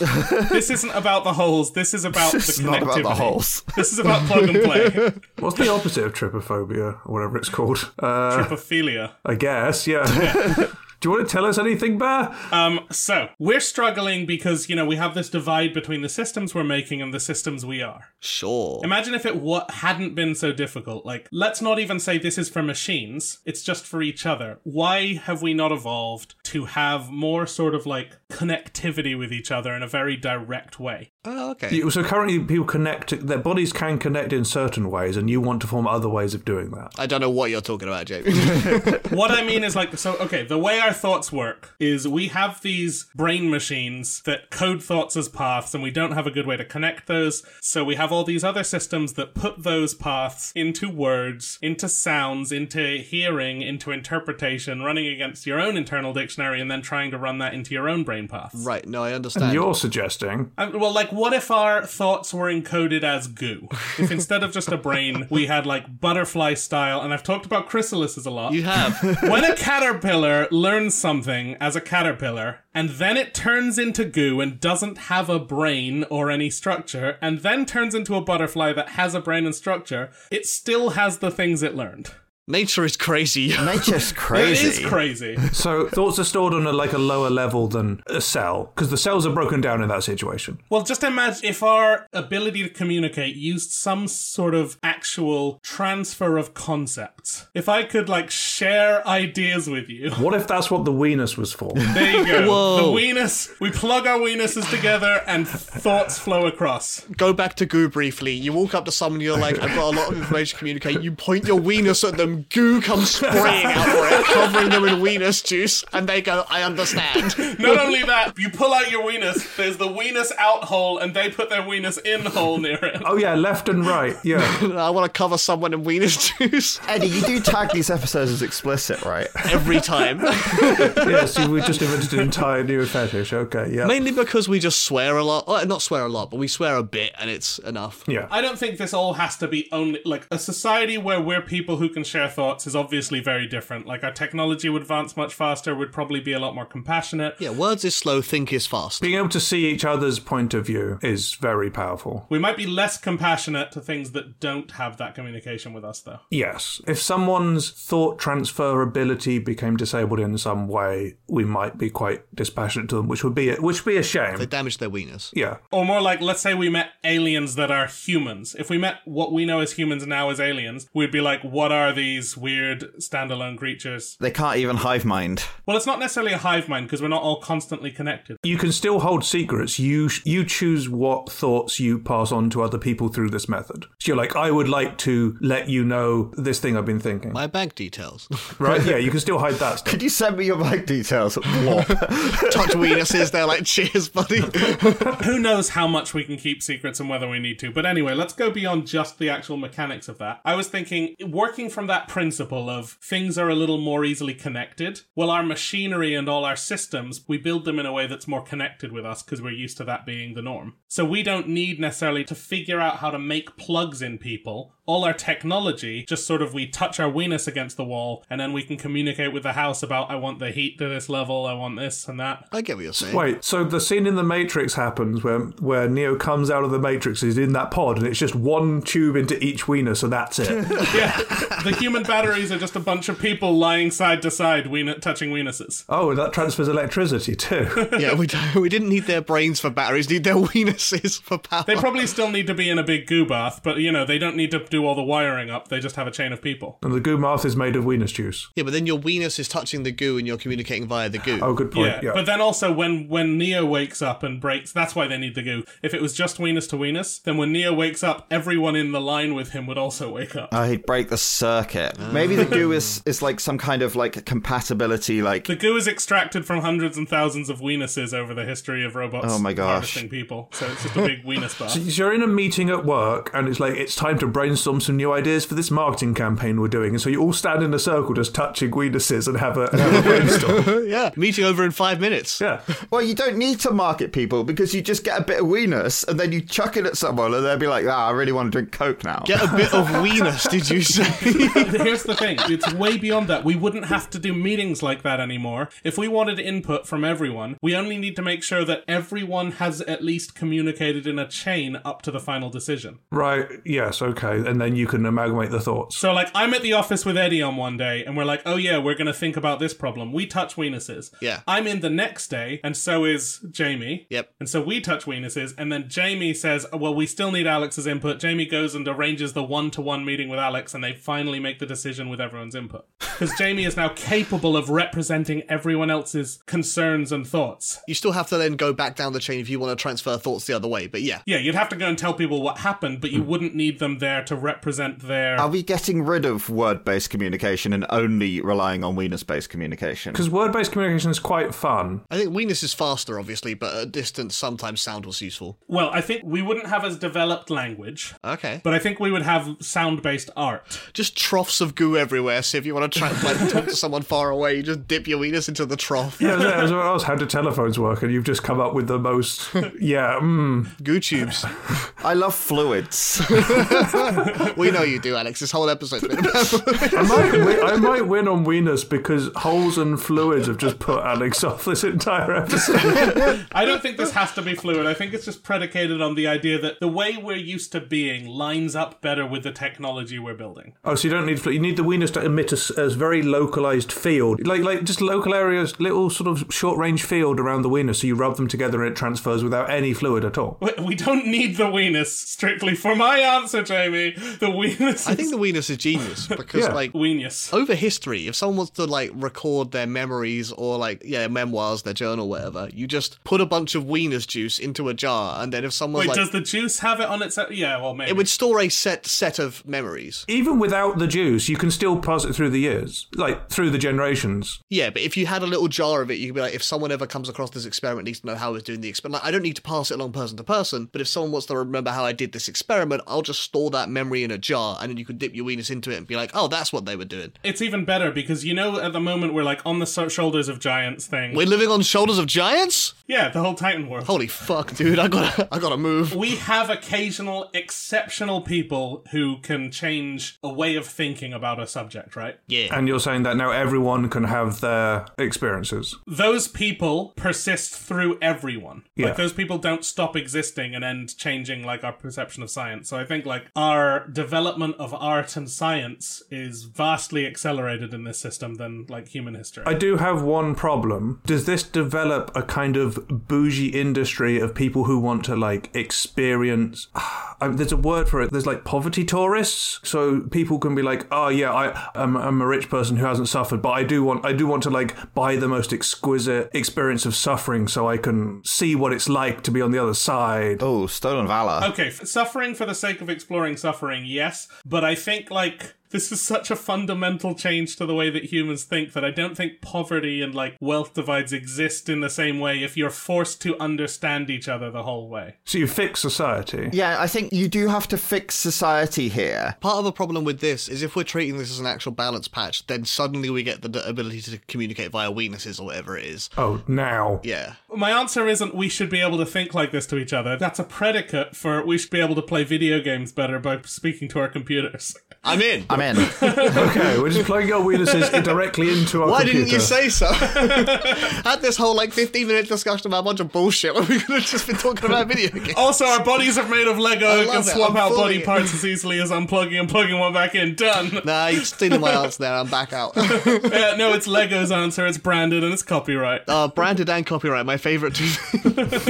Speaker 2: This isn't about the holes, this is about
Speaker 4: It's
Speaker 2: the connectivity.
Speaker 4: not about the holes.
Speaker 2: This is about plug and play.
Speaker 3: What's the opposite of trypophobia, or whatever it's called? Uh,
Speaker 2: Tropophilia.
Speaker 3: I guess, yeah. Do you want to tell us anything, Bear?
Speaker 2: Um, so we're struggling because you know we have this divide between the systems we're making and the systems we are.
Speaker 1: Sure.
Speaker 2: Imagine if it wa hadn't been so difficult. Like, let's not even say this is for machines, it's just for each other. Why have we not evolved to have more sort of like connectivity with each other in a very direct way?
Speaker 1: Oh, okay.
Speaker 3: You- So currently, people connect. Their bodies can connect in certain ways, and you want to form other ways of doing that.
Speaker 1: I don't know what you're talking about, Jamie.
Speaker 2: what I mean is like so okay, the way our thoughts work is we have these brain machines that code thoughts as paths and we don't have a good way to connect those. So we have all these other systems that put those paths into words, into sounds, into hearing, into interpretation, running against your own internal dictionary and then trying to run that into your own brain brain paths.
Speaker 1: Right, no, I understand.
Speaker 3: You're suggesting
Speaker 2: Um, well, like, what if our thoughts were encoded as goo? If instead of just a brain, we had like butterfly style, and I've talked about chrysalises a lot.
Speaker 1: You have.
Speaker 2: when a caterpillar learns something as a caterpillar, and then it turns into goo and doesn't have a brain or any structure, and then turns into a butterfly that has a brain and structure, it still has the things it learned.
Speaker 1: Nature is crazy.
Speaker 4: Nature's
Speaker 2: It
Speaker 4: crazy.
Speaker 2: is crazy.
Speaker 3: so. Thoughts are stored on a, like a lower level than a cell because the cells are broken down in that situation.
Speaker 2: Well, just imagine if our ability to communicate used some sort of actual transfer of concepts. If I could, like, share ideas with you.
Speaker 3: What if that's what the weenus was for?
Speaker 2: There you go.
Speaker 1: Whoa.
Speaker 2: The weenus. We plug our weenuses together and thoughts flow across.
Speaker 1: Go back to goo briefly. You walk up to someone, you're like, I've got a lot of information to communicate. You point your weenus at them, goo comes spraying out for it, covering them in weenus juice, and they go, I understand.
Speaker 2: Not only that, you pull out your weenus, there's the weenus out hole, and they put their weenus in hole near it.
Speaker 3: oh yeah, left and right. Yeah,
Speaker 1: I want to cover someone in weenus juice
Speaker 4: Eddie, you do tag these episodes as explicit, right?
Speaker 1: every time.
Speaker 3: yeah. See, we just invented an entire new fetish. Okay, yeah.
Speaker 1: Mainly because we just swear a lot. Well, not swear a lot, but we swear a bit and it's enough.
Speaker 3: yeah.
Speaker 2: I don't think this all has to be only like a society where we're people who can share thoughts is obviously very different. Like our technology would advance much faster, would probably be a lot more compassionate.
Speaker 1: Yeah, words is slow, think is fast.
Speaker 3: Being able to see each other's point of view is very powerful.
Speaker 2: We might be less compassionate to things that don't have that communication with us, though.
Speaker 3: Yes. If someone's thought transferability became disabled in some way, we might be quite dispassionate to them, which would be a, which would be a
Speaker 1: They
Speaker 3: shame.
Speaker 1: damage their weenus.
Speaker 3: Yeah.
Speaker 2: Or more like, let's say we met aliens that are humans. If we met what we know as humans now as aliens, we'd be like, what are these weird standalone creatures?
Speaker 4: They can't even hive mind.
Speaker 2: Well, it's not necessarily a hive mind because we're not all constantly connected.
Speaker 3: You can still hold secrets. You sh- you choose what thoughts you pass on to other people through this method. So you're like, I would like to let you know this thing I've been thinking.
Speaker 1: My bank details.
Speaker 3: Right? yeah. You can still hide that stuff.
Speaker 4: Could you send me your bank details? What?
Speaker 1: Touch weenuses, they're like, cheers, buddy.
Speaker 2: Who knows how much we can keep secrets and whether we need to. But anyway, let's go beyond just the actual mechanics of that. I was thinking, working from that principle of things are a little more easily connected, well, our machinery and all our systems, we build them in a way that's more connected with us because we're used to that being the norm. So we don't need necessarily to figure out how to make plugs in people. All our technology, just sort of we touch our weenus against the wall, and then we can communicate with the house about, I want the heat to this level, I want this and that.
Speaker 1: I get what you're saying.
Speaker 3: Wait, so the scene in the Matrix happens where where Neo comes out of the Matrix, he's in that pod, and it's just one tube into each wiener, so that's it.
Speaker 2: Yeah, the human batteries are just a bunch of people lying side to side, ween- touching weenuses.
Speaker 3: Oh, and that transfers electricity too.
Speaker 1: Yeah, we don't, we didn't need their brains for batteries, need their weenuses for power.
Speaker 2: They probably still need to be in a big goo bath, but you know, they don't need to do all the wiring up, they just have a chain of people.
Speaker 3: and the goo mouth is made of weenus juice.
Speaker 1: yeah, but then your weenus is touching the goo and you're communicating via the goo.
Speaker 3: Oh, good point.
Speaker 2: Yeah.
Speaker 3: Yeah.
Speaker 2: But then also when when Neo wakes up and breaks, that's why they need the goo. If it was just weenus to weenus, then when Neo wakes up, everyone in the line with him would also wake up.
Speaker 4: Oh, he'd break the circuit. Maybe the goo is, is like some kind of like compatibility, like
Speaker 2: The goo is extracted from hundreds and thousands of weenuses over the history of robots
Speaker 4: Oh my gosh.
Speaker 2: harvesting people. So it's just a big weenus bath.
Speaker 3: So you're in a meeting at work, and it's like it's time to brainstorm some new ideas for this marketing campaign we're doing. And so you all stand in a circle, just touching weenuses, and have a, and have a brainstorm.
Speaker 1: yeah, meeting over in five minutes.
Speaker 3: Yeah.
Speaker 4: Well, you don't need to market people because you just get a bit of weenus and then you chuck it at someone and they'll be like, ah, I really want to drink Coke now.
Speaker 1: Get a bit of weenus, did you say?
Speaker 2: Here's the thing. It's way beyond that. We wouldn't have to do meetings like that anymore. If we wanted input from everyone, we only need to make sure that everyone has at least communicated in a chain up to the final decision.
Speaker 3: Right. Yes. Okay. And then you can amalgamate the thoughts.
Speaker 2: So, like, I'm at the office with Eddie on one day, and we're like, oh yeah, we're going to think about this problem. We touch weenuses.
Speaker 1: Yeah.
Speaker 2: I'm in the next day, and so is Jamie.
Speaker 1: Yep.
Speaker 2: And so we touch weenuses, and then Jamie says, oh, well, we still need Alex's input. Jamie goes and arranges the one to one meeting with Alex, and they finally make the decision with everyone's input. Because Jamie is now capable of representing everyone else's concerns and thoughts.
Speaker 1: you still have to then go back down the chain if you want to transfer thoughts the other way, but yeah.
Speaker 2: Yeah, you'd have to go and tell people what happened, but you wouldn't need them there to represent their.
Speaker 4: Are we getting rid of word based communication and only relying on weenus based communication?
Speaker 3: Because word based communication is quite fun.
Speaker 1: I think weakness is faster, obviously, but at distance, sometimes sound was useful.
Speaker 2: well, I think we wouldn't have as developed language,
Speaker 1: Okay.
Speaker 2: but I think we would have sound based art.
Speaker 1: Just troughs of goo everywhere, so if you want to transplant and talk to someone far away, you just dip your weenus into the trough.
Speaker 3: Yeah, I was about to ask, how do telephones work? And you've just come up with the most. Yeah, mm,
Speaker 1: Goo tubes.
Speaker 4: I love fluids.
Speaker 1: we know you do, Alex. This whole episode's been about
Speaker 3: I might, win, I might win on Weenus because holes and fluids have just put Alex off this entire episode.
Speaker 2: I don't think this has to be fluid. I think it's just predicated on the idea that the way we're used to being lines up better with the technology we're building.
Speaker 3: Oh, so you don't need flu- you need the Weenus to emit a, s- a very localized field, like like just local areas, little sort of short range field around the Weenus. So you rub them together and it transfers without any fluid at all.
Speaker 2: We- We don't need the weenus strictly for my answer, Jamie. The weenus.
Speaker 1: I think the weenus is genius because,
Speaker 3: Yeah.
Speaker 1: like,
Speaker 2: weenus.
Speaker 1: over history, if someone wants to like record their memories or like yeah memoirs, their journal, whatever, you just put a bunch of weenus juice into a jar, and then if someone
Speaker 2: Wait,
Speaker 1: like
Speaker 2: does the juice have it on its? own? Yeah, well, maybe.
Speaker 1: it would store a set set of memories.
Speaker 3: Even without the juice, you can still pass it through the years, like through the generations.
Speaker 1: Yeah, but if you had a little jar of it, you could be like, if someone ever comes across this experiment, needs to know how it's doing the experiment. Like, I don't need to pass it along person to person, but if someone wants to remember how I did this experiment, I'll just store that memory in a jar, and then you can dip your weenus into it and be like, oh, that's what they were doing.
Speaker 2: It's even better because you know at the moment we're like on the so- shoulders of giants thing.
Speaker 1: We're living on shoulders of giants.
Speaker 2: yeah, the whole Titan world.
Speaker 1: Holy fuck, dude! I gotta, I gotta move.
Speaker 2: we have occasional exceptional people who can change a way of thinking about a subject, right?
Speaker 1: Yeah.
Speaker 3: And you're saying that now everyone can have their experiences.
Speaker 2: Those people persist through everyone.
Speaker 3: Yeah.
Speaker 2: Like those people don't stop existing and end changing like our perception of science. So I think like our development of art and science is vastly accelerated in this system than like human history.
Speaker 3: I do have one problem. Does this develop a kind of bougie industry of people who want to like experience? I there's a word for it. There's like poverty tourists, so people can be like, "Oh yeah, I, I'm, I'm a rich person who hasn't suffered, but I do want I do want to like buy the most exquisite experience of suffering, so I can see what it's like to be on the other side."
Speaker 4: oh, stolen valor.
Speaker 2: Okay, f- suffering for the sake of exploring suffering, yes, but I think like this is such a fundamental change to the way that humans think that I don't think poverty and like wealth divides exist in the same way if you're forced to understand each other the whole way.
Speaker 3: So you fix society.
Speaker 4: Yeah, I think you do have to fix society here.
Speaker 1: Part of the problem with this is if we're treating this as an actual balance patch, then suddenly we get the d- ability to communicate via weaknesses or whatever it is.
Speaker 3: Oh, now.
Speaker 1: Yeah.
Speaker 2: My answer isn't we should be able to think like this to each other. That's a predicate for we should be able to play video games better by speaking to our computers.
Speaker 1: I'm in.
Speaker 4: I'm in.
Speaker 3: Okay, we're just plugging our weenuses directly into our
Speaker 1: Why
Speaker 3: computer.
Speaker 1: didn't you say so? Had this whole like 15 minute discussion about a bunch of bullshit when we could have just been talking about video games.
Speaker 2: Also, our bodies are made of Lego
Speaker 1: love
Speaker 2: and can
Speaker 1: it.
Speaker 2: swap
Speaker 1: I'm
Speaker 2: out
Speaker 1: fully-
Speaker 2: body parts as easily as unplugging and plugging one back in. Done.
Speaker 1: Nah, you're stealing my answer there. I'm back out.
Speaker 2: Uh, no, it's Lego's answer. It's branded and it's copyright.
Speaker 1: uh, branded and copyright, my favorite two.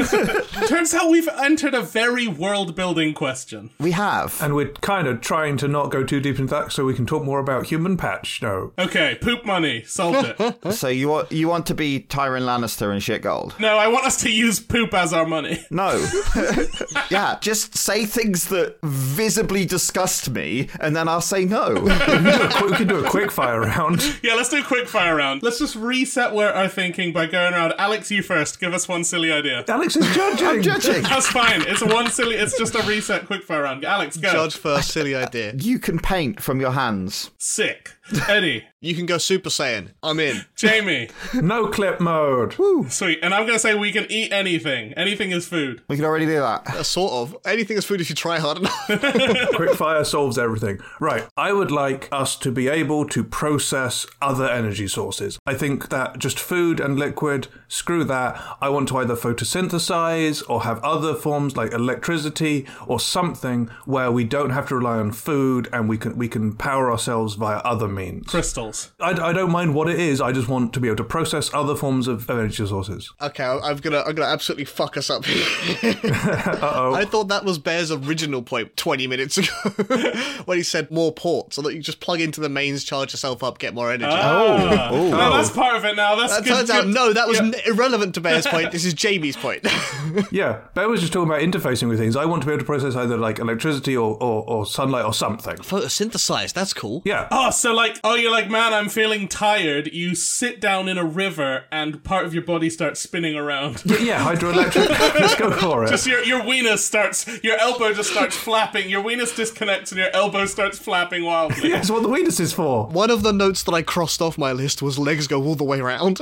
Speaker 2: Turns out we've entered a very world-building question.
Speaker 4: We have.
Speaker 3: And we're kind of trying to not go too deep into that so we can talk more about Human Patch. No.
Speaker 2: Okay, poop money solved it.
Speaker 4: So you want you want to be Tyron Lannister and shit gold?
Speaker 2: no, I want us to use poop as our money.
Speaker 4: No. yeah, just say things that visibly disgust me, and then I'll say no.
Speaker 3: we, can do a quick, we can do a quick fire round.
Speaker 2: Yeah, let's do a quick fire round. Let's just reset where our thinking by going around. Alex, you first. Give us one silly idea.
Speaker 3: Alex is judging.
Speaker 4: Judging.
Speaker 2: That's fine. It's one silly. It's just a reset quick fire round. Alex, go.
Speaker 1: Judge first, silly idea.
Speaker 4: You can paint from your hands.
Speaker 2: Sick. Eddie.
Speaker 1: You can go Super Saiyan. I'm in.
Speaker 2: Jamie.
Speaker 3: No clip mode.
Speaker 2: Sweet. And I'm gonna say we can eat anything. Anything is food.
Speaker 4: We can already do that.
Speaker 1: Uh, sort of. Anything is food if you try hard enough.
Speaker 3: Quick fire solves everything. Right. I would like us to be able to process other energy sources. I think that just food and liquid, screw that. I want to either photosynthesize or have other forms like electricity or something where we don't have to rely on food and we can we can power ourselves via other means.
Speaker 2: crystals.
Speaker 3: I, I don't mind what it is. I just want to be able to process other forms of of energy sources.
Speaker 1: Okay, I- I'm gonna I'm gonna absolutely fuck us up here. Uh-oh. I thought that was Bear's original point 20 minutes ago when he said more ports, so that you just plug into the mains, charge yourself up, get more energy.
Speaker 2: Ah.
Speaker 4: oh.
Speaker 2: No, that's part of it now. That's
Speaker 1: that
Speaker 2: good.
Speaker 1: turns out
Speaker 2: good-
Speaker 1: no, that was
Speaker 2: Yeah.
Speaker 1: n- irrelevant to Bear's point. This is Jamie's point.
Speaker 3: Yeah, Ben was just talking about interfacing with things. I want to be able to process either like electricity or, or, or sunlight or something.
Speaker 1: Photosynthesized. That's cool.
Speaker 3: Yeah.
Speaker 2: Oh,
Speaker 3: uh,
Speaker 2: so like, oh, you're like, man, I'm feeling tired. You sit down in a river, and part of your body starts spinning around.
Speaker 3: Yeah, hydroelectric. Let's go for it.
Speaker 2: Just your your weenus starts, your elbow just starts flapping. Your weenus disconnects, and your elbow starts flapping wildly.
Speaker 3: That's what the weenus is for.
Speaker 1: One of the notes that I crossed off my list was legs go all the way round.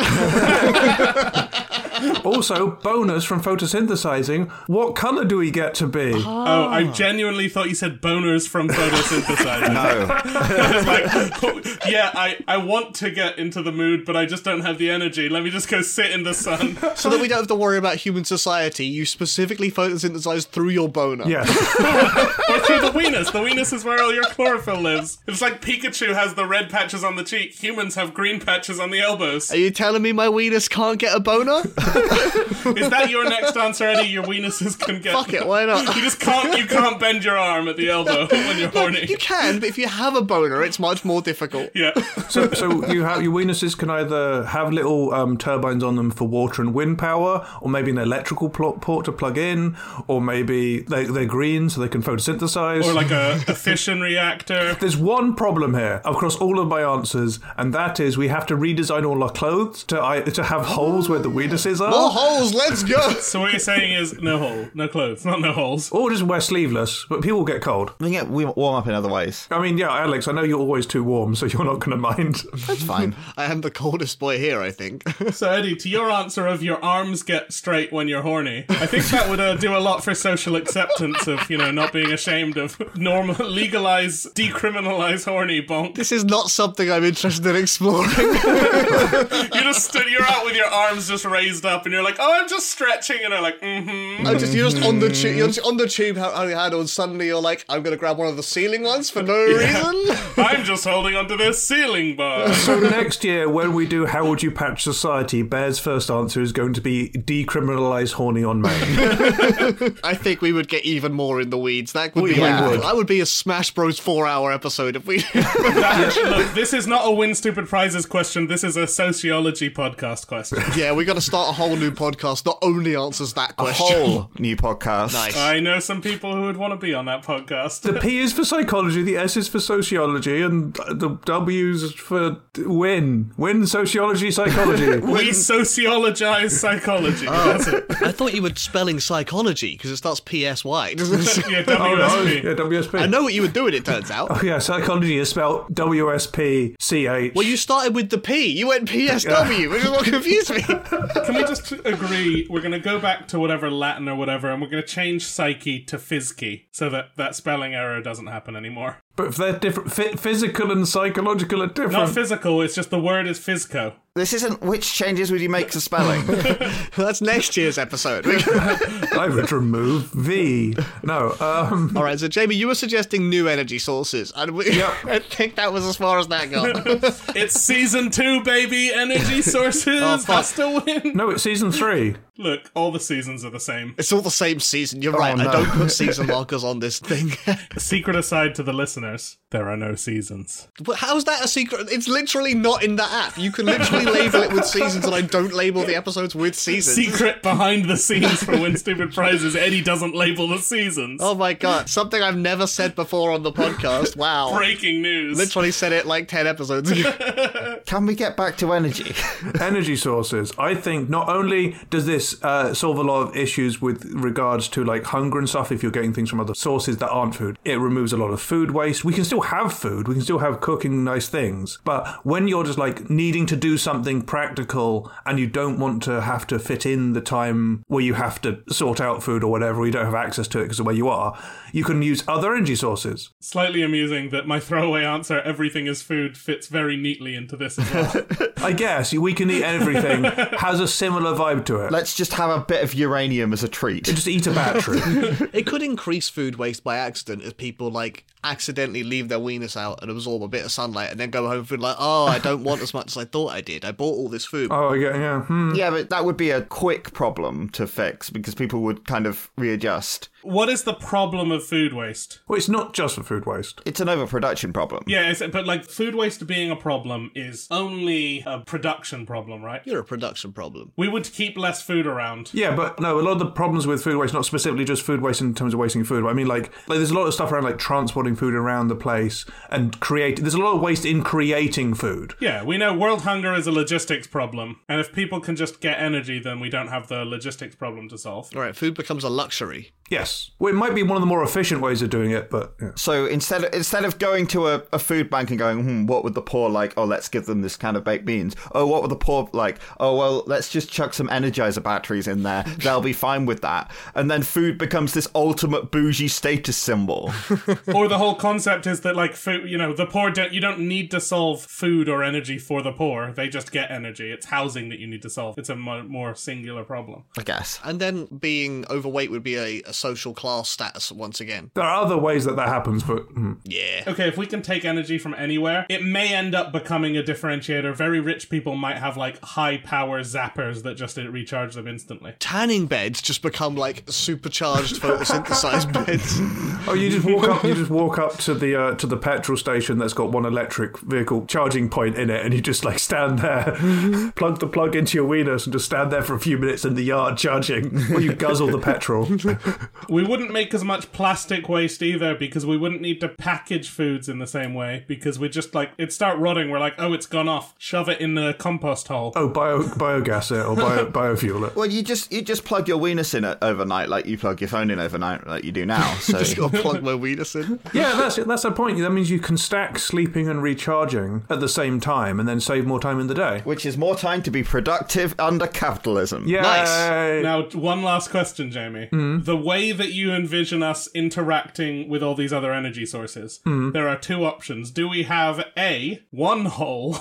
Speaker 3: Also, bonus from photosynthesizing. What color do we get to be?
Speaker 2: Oh, I genuinely thought you said boners from photosynthesizing. It's like, oh, yeah, I, I want to get into the mood, but I just don't have the energy. Let me just go sit in the sun.
Speaker 1: so that we don't have to worry about human society, you specifically photosynthesize through your boner.
Speaker 3: Yeah.
Speaker 2: Or through the weenus. The weenus is where all your chlorophyll lives. It's like Pikachu has the red patches on the cheek. Humans have green patches on the elbows.
Speaker 1: Are you telling me my weenus can't get a boner?
Speaker 2: Is that your next answer, Eddie? Your weenuses can get...
Speaker 1: Fuck it, why not?
Speaker 2: You just can't, you can't bend your arm at the elbow when you're horny.
Speaker 1: You can, but if you have a boner, it's much more difficult.
Speaker 2: Yeah.
Speaker 3: so, so you have your weenuses can either have little um, turbines on them for water and wind power, or maybe an electrical pl- port to plug in, or maybe they, they're green so they can photosynthesize.
Speaker 2: Or like a, a fission reactor.
Speaker 3: There's one problem here across all of my answers, and that is we have to redesign all our clothes to I, to have holes where the weenuses are.
Speaker 1: More holes, let's go!
Speaker 2: So what you're saying is no hole, no clothes, not no holes.
Speaker 3: Or just wear sleeveless, but people get cold.
Speaker 4: We can get we warm up in other ways.
Speaker 3: I mean, yeah, Alex, I know you're always too warm, so you're not going to mind.
Speaker 4: That's fine.
Speaker 1: I am the coldest boy here, I think.
Speaker 2: So Eddie, to your answer of your arms get straight when you're horny, I think that would uh, do a lot for social acceptance of you know not being ashamed of normal, legalize, decriminalize horny bonk.
Speaker 1: this is not something I'm interested in exploring.
Speaker 2: You just stood, you're out with your arms just raised up, and you're like, oh, I'm just stretching, and I'm like, mm-hmm.
Speaker 1: I'm just, you're just on the tube. You're just on the tube how how you had, and suddenly you're like, I'm gonna grab one of the ceiling ones for no reason.
Speaker 2: I'm just holding onto this ceiling bar.
Speaker 3: so next year, when we do How Would You Patch Society, Bear's first answer is going to be decriminalise horny on men.
Speaker 1: I think we would get even more in the weeds. That would be
Speaker 4: yeah.
Speaker 1: like, that would be a Smash Bros. four-hour episode if we.
Speaker 2: That- look, this is not a win stupid prizes question. This is a sociology podcast question.
Speaker 1: yeah, we got to start a whole new podcast that only answers that
Speaker 4: A
Speaker 1: question.
Speaker 4: whole new podcast.
Speaker 1: Nice.
Speaker 2: I know some people who would want to be on that podcast.
Speaker 3: the P is for psychology, the S is for sociology, and the W's for win. Win sociology, psychology.
Speaker 2: We sociologize psychology. That's it.
Speaker 1: I thought you were spelling psychology because it starts P S Y. doesn't it?
Speaker 2: Yeah,
Speaker 3: Oh, no.
Speaker 2: WSP.
Speaker 3: Yeah, WSP.
Speaker 1: I know what you were doing. It turns out.
Speaker 3: Yeah, psychology is spelled W S P C H.
Speaker 1: Well, you started with the P. You went PSW, which is what confused me.
Speaker 2: Can we just agree we're going to go back to whatever Latin or whatever, and we're going to change psyche to physky so that that spelling error doesn't happen anymore.
Speaker 3: But if they're different, phy- physical and psychological are different.
Speaker 2: Not physical. It's just the word is physco.
Speaker 4: This isn't which changes would you make to spelling?
Speaker 1: That's next year's episode.
Speaker 3: I would remove V. No, um,
Speaker 1: All right, so Jamie, you were suggesting new energy sources, and we, I think that was as far as that got.
Speaker 2: It's season two, baby. Energy sources
Speaker 1: fuck.
Speaker 2: has to win.
Speaker 3: Oh, no, it's season three.
Speaker 2: Look, all the seasons are the same.
Speaker 1: it's all the same season. You're right.
Speaker 4: no.
Speaker 1: I don't put season markers on this thing.
Speaker 2: Secret aside to the listeners, there are no seasons.
Speaker 1: but how's that a secret? It's literally not in the app. You can literally label it with seasons, and I don't label the episodes with seasons.
Speaker 2: Secret behind the scenes for Win Stupid Prizes. Eddie doesn't label the seasons.
Speaker 1: oh my god, something I've never said before on the podcast. Wow.
Speaker 2: Breaking news.
Speaker 1: Literally said it like 10 episodes ago.
Speaker 4: Can we get back to energy?
Speaker 3: Energy sources. I think not only does this uh, solve a lot of issues with regards to like hunger and stuff, if you're getting things from other sources that aren't food, it removes a lot of food waste. We can still have food, we can still have cooking nice things. But when you're just like needing to do something practical and you don't want to have to fit in the time where you have to sort out food or whatever, you don't have access to it because of where you are, you can use other energy sources.
Speaker 2: slightly amusing that my throwaway answer everything is food fits very neatly into this as well.
Speaker 3: I guess we can eat everything has a similar vibe to it.
Speaker 4: Let's just have a bit of uranium as a treat.
Speaker 3: just eat a battery.
Speaker 1: It could increase food waste by accident if people like accidentally leave their weenus out and absorb a bit of sunlight and then go home feeling like, oh, I don't want as much as I thought I did. I bought all this food.
Speaker 3: Oh, yeah, yeah. Hmm.
Speaker 4: Yeah, but that would be a quick problem to fix because people would kind of readjust.
Speaker 2: What is the problem of food waste?
Speaker 3: Well, it's not just for food waste.
Speaker 4: It's an overproduction problem.
Speaker 2: Yeah, it's, but like food waste being a problem is only a production problem, right?
Speaker 1: You're a production problem.
Speaker 2: We would keep less food around.
Speaker 3: Yeah, but no, a lot of the problems with food waste, not specifically just food waste in terms of wasting food, but I mean, like, like there's a lot of stuff around like transporting food around the place and create. There's a lot of waste in creating food.
Speaker 2: Yeah, we know world hunger is a logistics problem, and if people can just get energy, then we don't have the logistics problem to solve.
Speaker 1: All right, food becomes a luxury.
Speaker 3: Yes, well, it might be one of the more efficient ways of doing it, but yeah.
Speaker 4: So instead of, instead of going to a, a food bank and going, hmm, what would the poor like? Oh, let's give them this kind of baked beans. Oh, what would the poor like? Oh, well, let's just chuck some Energizer batteries in there. They'll be fine with that. And then food becomes this ultimate bougie status symbol.
Speaker 2: or the whole concept is that like food, you know, the poor don't you don't need to solve food or energy for the poor. They just get energy. It's housing that you need to solve. It's a mo- more singular problem.
Speaker 4: I guess.
Speaker 1: And then being overweight would be a, a social class status once again.
Speaker 3: There are other ways that that happens, but hmm.
Speaker 1: Yeah.
Speaker 2: Okay, if we can take energy from anywhere, it may end up becoming a differentiator. Very rich people might have like high power zappers that just recharge them instantly.
Speaker 1: Tanning beds just become like supercharged photosynthesized beds.
Speaker 3: oh, you just walk up, you just walk up to the uh, to the petrol station that's got one electric vehicle charging point in it, and you just like stand there, plug the plug into your weenus, and just stand there for a few minutes in the yard charging, or you guzzle the petrol.
Speaker 2: We wouldn't make as much plastic waste either because we wouldn't need to package foods in the same way because we just like it start rotting. We're like, oh, it's gone off. Shove it in the compost hole.
Speaker 3: Oh, bio biogas it or bio, biofuel it.
Speaker 4: Well, you just you just plug your weenus in it overnight, like you plug your phone in overnight, like you do now. So
Speaker 1: just gotta plug my weenus in.
Speaker 3: Yeah, that's it. That's the point. That means you can stack sleeping and recharging at the same time, and then save more time in the day.
Speaker 4: which is more time to be productive under capitalism.
Speaker 3: Yeah.
Speaker 1: Nice.
Speaker 2: Now, one last question, Jamie. The way that you envision us interacting with all these other energy sources, there are two options. Do we have A, one hole,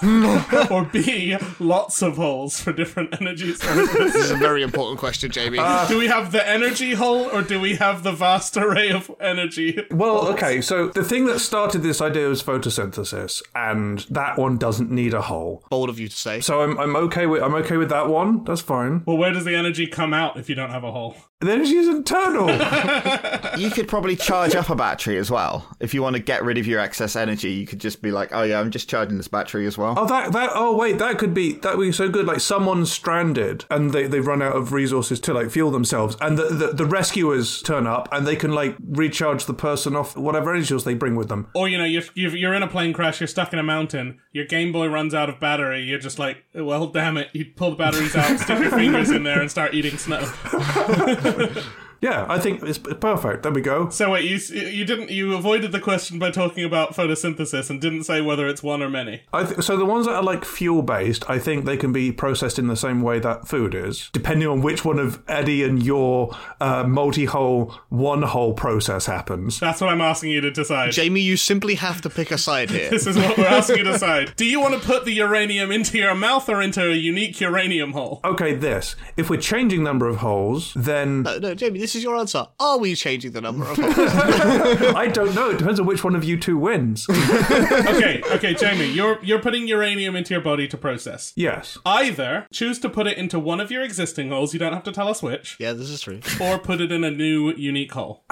Speaker 2: or B, lots of holes for different energy sources?
Speaker 1: This is a very important question, Jamie.
Speaker 3: Uh,
Speaker 2: do we have the energy hole, or do we have the vast array of energy?
Speaker 3: Well, okay, so the thing that started this idea was photosynthesis, and that one doesn't need a hole.
Speaker 1: Bold of you to say.
Speaker 3: So I'm, I'm okay with I'm okay with that one. That's fine.
Speaker 2: Well, where does the energy come out if you don't have a hole?
Speaker 3: The energy's internal.
Speaker 4: You could probably charge up a battery as well. If you want to get rid of your excess energy, you could just be like, oh yeah, I'm just charging this battery as well.
Speaker 3: oh, that that oh wait, that could be that would be so good. Like someone's stranded and they they've run out of resources to like fuel themselves, and the the, the rescuers turn up and they can like recharge the person off whatever energy source they bring with them.
Speaker 2: Or, you know, you're, you're, you're in a plane crash, you're stuck in a mountain, your Game Boy runs out of battery, you're just like, well, damn it. You pull the batteries out, stick your fingers in there, and start eating snow.
Speaker 3: Yeah, I think it's p- perfect. There we go.
Speaker 2: So wait, you s- you didn't you avoided the question by talking about photosynthesis and didn't say whether it's one or many.
Speaker 3: I th- so the ones that are like fuel based, I think they can be processed in the same way that food is, depending on which one of Eddie and your uh, multi-hole, one-hole process happens.
Speaker 2: That's what I'm asking you to decide.
Speaker 1: Jamie, you simply have to pick a side here.
Speaker 2: this is what we're asking you to decide. Do you want to put the uranium into your mouth or into a unique uranium hole?
Speaker 3: Okay, this. If we're changing number of holes, then
Speaker 1: No, no, Jamie, this is your answer. Are we changing the number of holes?
Speaker 3: I don't know. It depends on which one of you two wins.
Speaker 2: okay, okay, Jamie, you're you're putting uranium into your body to process.
Speaker 3: yes.
Speaker 2: Either choose to put it into one of your existing holes, you don't have to tell us which,
Speaker 1: yeah, this is true.
Speaker 2: or put it in a new unique hole.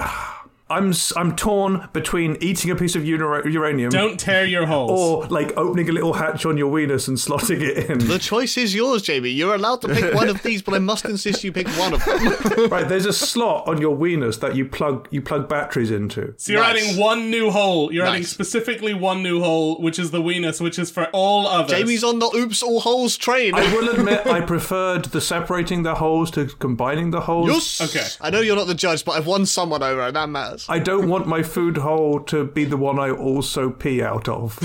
Speaker 3: I'm s- I'm torn between eating a piece of ura- uranium
Speaker 2: Don't tear your holes.
Speaker 1: Oh,
Speaker 3: or like opening a little hatch on your weenus and slotting it in.
Speaker 1: The choice is yours, Jamie. You're allowed to pick one of these, but I must insist you pick one of them.
Speaker 3: right, there's a slot on your weenus that you plug you plug batteries into.
Speaker 2: So you're
Speaker 1: Nice.
Speaker 2: adding one new hole. You're adding
Speaker 1: Nice.
Speaker 2: specifically one new hole, which is the weenus, which is for all others.
Speaker 1: Jamie's on the oops all holes train.
Speaker 3: I will admit I preferred the separating the holes to combining the holes.
Speaker 1: Yes.
Speaker 2: Okay.
Speaker 1: I know you're not the judge, but I've won someone over, and that matters.
Speaker 3: I don't want my food hole to be the one I also pee out of.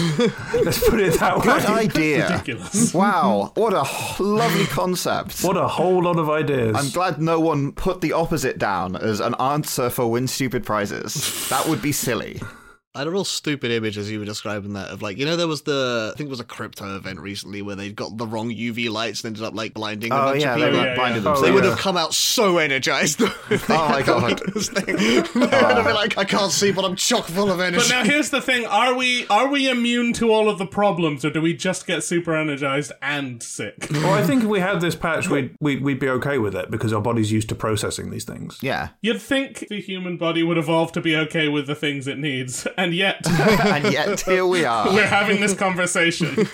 Speaker 3: Let's put it that
Speaker 4: Good
Speaker 3: way.
Speaker 4: idea.
Speaker 2: ridiculous.
Speaker 4: Wow, what a h- lovely concept.
Speaker 3: What a whole lot of ideas.
Speaker 4: I'm glad no one put the opposite down as an answer for win stupid prizes. That would be silly.
Speaker 1: I had a real stupid image as you were describing that of like, you know, there was the, I think it was a crypto event recently where they got the wrong UV lights and ended up like blinding a
Speaker 4: Oh
Speaker 1: bunch
Speaker 4: yeah,
Speaker 1: of
Speaker 4: they
Speaker 1: people.
Speaker 2: yeah,
Speaker 4: like
Speaker 2: yeah.
Speaker 4: blinded
Speaker 2: Oh,
Speaker 4: themselves.
Speaker 1: They would
Speaker 3: yeah.
Speaker 1: have come out so energized. oh
Speaker 4: my God.
Speaker 1: they would have been like, I can't see, but I'm chock full of energy.
Speaker 2: But now here's the thing: are we are we immune to all of the problems, or do we just get super energized and sick?
Speaker 3: Well, I think if we had this patch, we'd, we'd, we'd be okay with it because our body's used to processing these things.
Speaker 4: Yeah,
Speaker 2: You'd think the human body would evolve to be okay with the things it needs, and yet
Speaker 4: and yet here we are.
Speaker 2: we're having this conversation.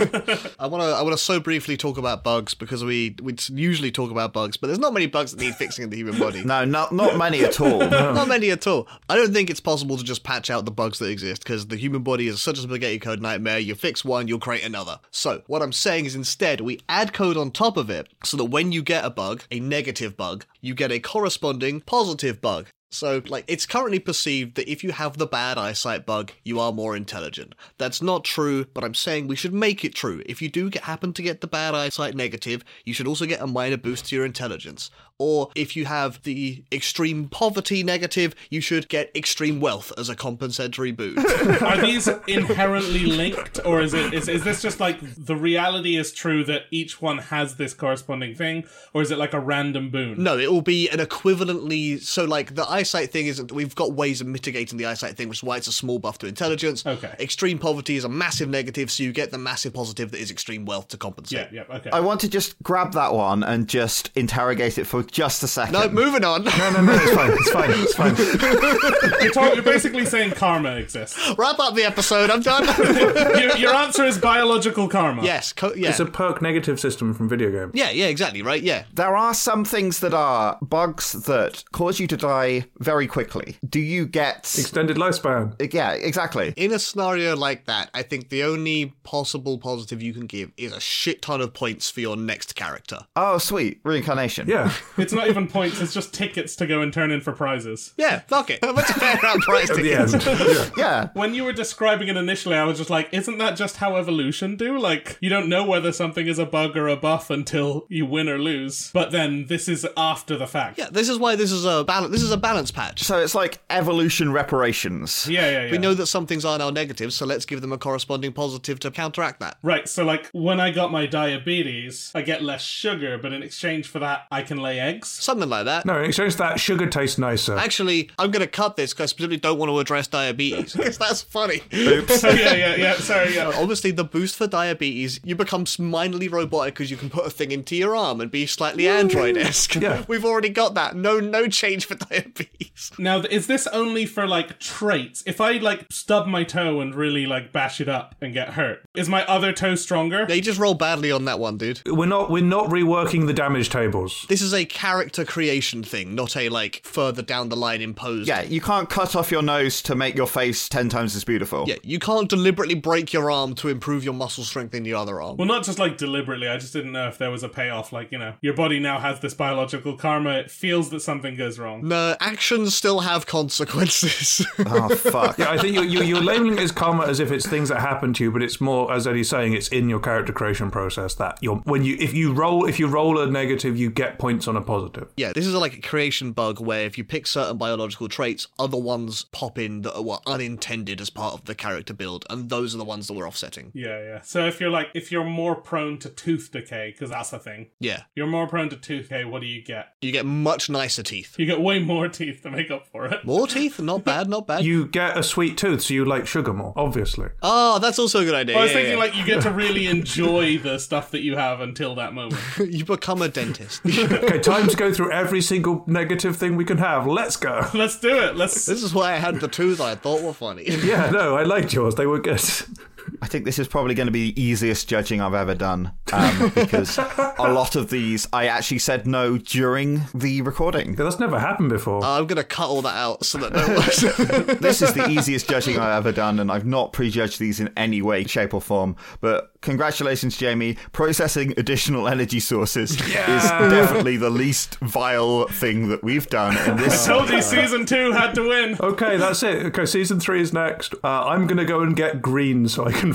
Speaker 1: I want to I want to so briefly talk about bugs because we we usually talk about bugs, but there's not many bugs that need fixing in the human body.
Speaker 4: No, not not many at all.
Speaker 1: Not many at all. I don't think it's possible to just patch out the bugs that exist because the human body is such a spaghetti code nightmare. You fix one, you'll create another. So, what I'm saying is instead, we add code on top of it so that when you get a bug, a negative bug, you get a corresponding positive bug. So, like, it's currently perceived that if you have the bad eyesight bug, you are more intelligent. That's not true, but I'm saying we should make it true. If you do get, happen to get the bad eyesight negative, you should also get a minor boost to your intelligence. Or if you have the extreme poverty negative, you should get extreme wealth as a compensatory boost.
Speaker 2: Are these inherently linked, or is it is, is this just like the reality is true that each one has this corresponding thing, or is it like a random boon?
Speaker 1: No, it will be an equivalently. So, like, the eyesight thing isn't. We've got ways of mitigating the eyesight thing, which is why it's a small buff to intelligence.
Speaker 2: Okay.
Speaker 1: Extreme poverty is a massive negative, so you get the massive positive that is extreme wealth to compensate.
Speaker 2: Yeah, yeah, okay.
Speaker 4: I want to just grab that one and just interrogate it for just a second.
Speaker 1: No, moving on.
Speaker 3: No, no, it's fine. It's fine. It's fine.
Speaker 2: You're, talk- you're basically saying karma exists.
Speaker 1: Wrap up the episode. I'm done.
Speaker 2: Your, your answer is biological karma.
Speaker 1: yes. Co- yeah.
Speaker 3: It's a perk negative system from video game.
Speaker 1: yeah. Yeah. Exactly. Right. Yeah.
Speaker 4: There are some things that are bugs that cause you to die very quickly. Do you get?
Speaker 3: Extended lifespan.
Speaker 4: yeah, exactly.
Speaker 1: In a scenario like that, I think the only possible positive you can give is a shit ton of points for your next character.
Speaker 4: Oh, sweet reincarnation.
Speaker 3: Yeah.
Speaker 2: It's not even points, it's just tickets to go and turn in for prizes.
Speaker 1: Yeah. Fuck it. How much fair round price
Speaker 3: At the
Speaker 1: tickets?
Speaker 3: end. Yeah.
Speaker 4: yeah.
Speaker 2: When you were describing it initially, I was just like, isn't that just how evolution do? Like, you don't know whether something is a bug or a buff until you win or lose. But then this is after the fact.
Speaker 1: Yeah. This is why this is a balance. This is a balance patch.
Speaker 4: So it's like evolution reparations.
Speaker 2: yeah, yeah. yeah.
Speaker 1: We know that some things are now negative, so let's give them a corresponding positive to counteract that.
Speaker 2: Right, so like when I got my diabetes, I get less sugar, but in exchange for that, I can lay eggs.
Speaker 1: Something like that.
Speaker 3: No, in exchange, for that sugar tastes nicer.
Speaker 1: Actually, I'm going to cut this because I specifically don't want to address diabetes. 'Cause That's funny.
Speaker 2: So yeah, yeah, yeah. Sorry, yeah.
Speaker 1: Obviously, the boost for diabetes, you become minorly robotic because you can put a thing into your arm and be slightly android-esque.
Speaker 3: Yeah.
Speaker 1: We've already got that. No, no change for diabetes.
Speaker 2: Now, th- is this only for like traits? If I like stub my toe and really like bash it up and get hurt, is my other toe stronger?
Speaker 1: They just roll badly on that one, dude.
Speaker 3: We're not we're not reworking the damage tables.
Speaker 1: This is a character creation thing, not a like further down the line imposed.
Speaker 4: Yeah, you can't cut off your nose to make your face ten times as beautiful.
Speaker 1: Yeah, you can't deliberately break your arm to improve your muscle strength in your other arm.
Speaker 2: Well, not just like deliberately. I just didn't know if there was a payoff. Like, you know, your body now has this biological karma. It feels that something goes wrong.
Speaker 1: No, uh, actions still have consequences.
Speaker 4: Oh fuck.
Speaker 3: Yeah, I think you, you, you're labeling it as karma as if it's things that happen to you, but it's more, as Eddie's saying, it's in your character creation process that you're when you if you roll if you roll a negative, you get points on a positive.
Speaker 1: yeah, this is like a creation bug where if you pick certain biological traits, other ones pop in that were unintended as part of the character build, and those are the ones that we're offsetting.
Speaker 2: Yeah, yeah. So if you're like, if you're more prone to tooth decay, because that's a thing,
Speaker 1: Yeah,
Speaker 2: you're more prone to tooth decay, what do you get?
Speaker 1: you get much nicer teeth.
Speaker 2: You get way more teeth to make up for it.
Speaker 1: More teeth? Not bad, not bad.
Speaker 3: You get a sweet tooth, so you like sugar more, obviously.
Speaker 1: oh, that's also a good idea.
Speaker 2: I was
Speaker 1: yeah,
Speaker 2: thinking
Speaker 1: yeah.
Speaker 2: like you get to really enjoy the stuff that you have until that moment.
Speaker 1: you become a dentist.
Speaker 3: Okay, time to go through every single negative thing we can have. Let's go.
Speaker 2: Let's do it. Let's.
Speaker 1: this is why I had the tooth I thought were funny.
Speaker 3: Yeah, no, I liked yours. They were good.
Speaker 4: I think this is probably going to be the easiest judging I've ever done um, because a lot of these I actually said no during the recording.
Speaker 3: Yeah, that's never happened before.
Speaker 1: I'm gonna cut all that out so that no one.
Speaker 4: This is the easiest judging I've ever done, and I've not prejudged these in any way, shape, or form. But congratulations, Jamie. Processing additional energy sources is definitely the least vile thing that we've done. And this
Speaker 2: Told you season two had to win.
Speaker 3: Okay, that's it. Okay, season three is next. Uh, I'm gonna go and get green so I can can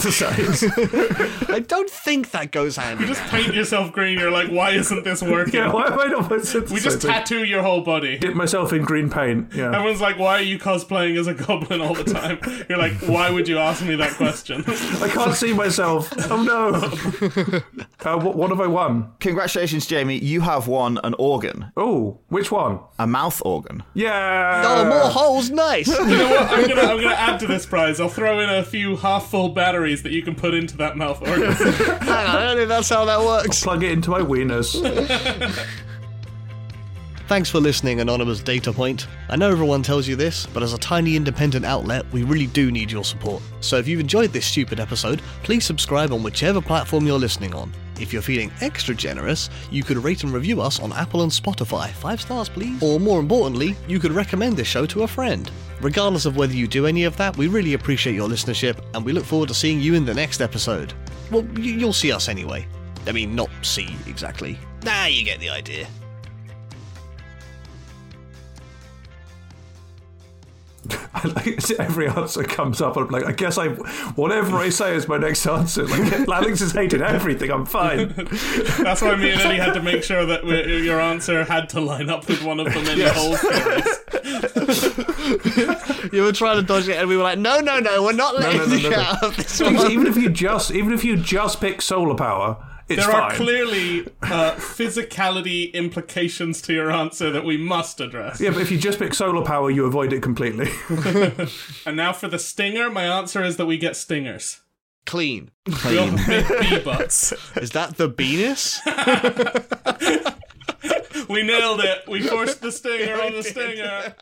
Speaker 3: photosynthesize.
Speaker 1: I don't think that goes hand
Speaker 2: You
Speaker 1: in
Speaker 2: just paint yourself green. You're like, why isn't this working?
Speaker 3: yeah, why am I not photosynthesizing?
Speaker 2: we just tattoo your whole body.
Speaker 3: dip myself in green paint. Yeah.
Speaker 2: Everyone's like, why are you cosplaying as a goblin all the time? You're like, why would you ask me that question?
Speaker 3: I can't see myself. Oh no. uh, what, what have I won?
Speaker 4: Congratulations, Jamie. You have won an organ,
Speaker 3: Oh, which one?
Speaker 4: a mouth organ.
Speaker 3: Yeah.
Speaker 1: Oh, more holes, nice.
Speaker 2: You know what? I'm gonna, I'm gonna add to this prize. I'll throw in a few half-full batteries that you can put into that mouth organ.
Speaker 1: I don't think that's how that works.
Speaker 3: Plug it into my wieners.
Speaker 1: Thanks for listening, Anonymous Data Point. I know everyone tells you this, but as a tiny independent outlet, we really do need your support. So if you've enjoyed this stupid episode, please subscribe on whichever platform you're listening on. If you're feeling extra generous, you could rate and review us on Apple and Spotify. Five stars, please. Or more importantly, you could recommend this show to a friend. Regardless of whether you do any of that, we really appreciate your listenership, and we look forward to seeing you in the next episode. Well, y- you'll see us anyway. I mean, not see exactly. Nah, you get the idea.
Speaker 3: I like so every answer comes up. I'm like, I guess I, whatever I say is my next answer. Like, Alex has hated everything. I'm fine.
Speaker 2: That's why me and Eddie had to make sure that we, your answer had to line up with one of the many whole stories.
Speaker 1: You were trying to dodge it, and we were like, "No, no, no, we're not letting
Speaker 3: no, no,
Speaker 1: you
Speaker 3: no, no.
Speaker 1: out of this
Speaker 3: Because
Speaker 1: one."
Speaker 3: even if you just, even if you just pick solar power, it's
Speaker 2: There
Speaker 3: fine.
Speaker 2: are clearly uh, physicality implications to your answer that we must address.
Speaker 3: yeah, but if you just pick solar power, you avoid it completely.
Speaker 2: And now for the stinger, my answer is that we get stingers.
Speaker 1: Clean.
Speaker 2: We all big bee butts.
Speaker 1: Is that the Venus?
Speaker 2: We nailed it. We forced the stinger on the stinger.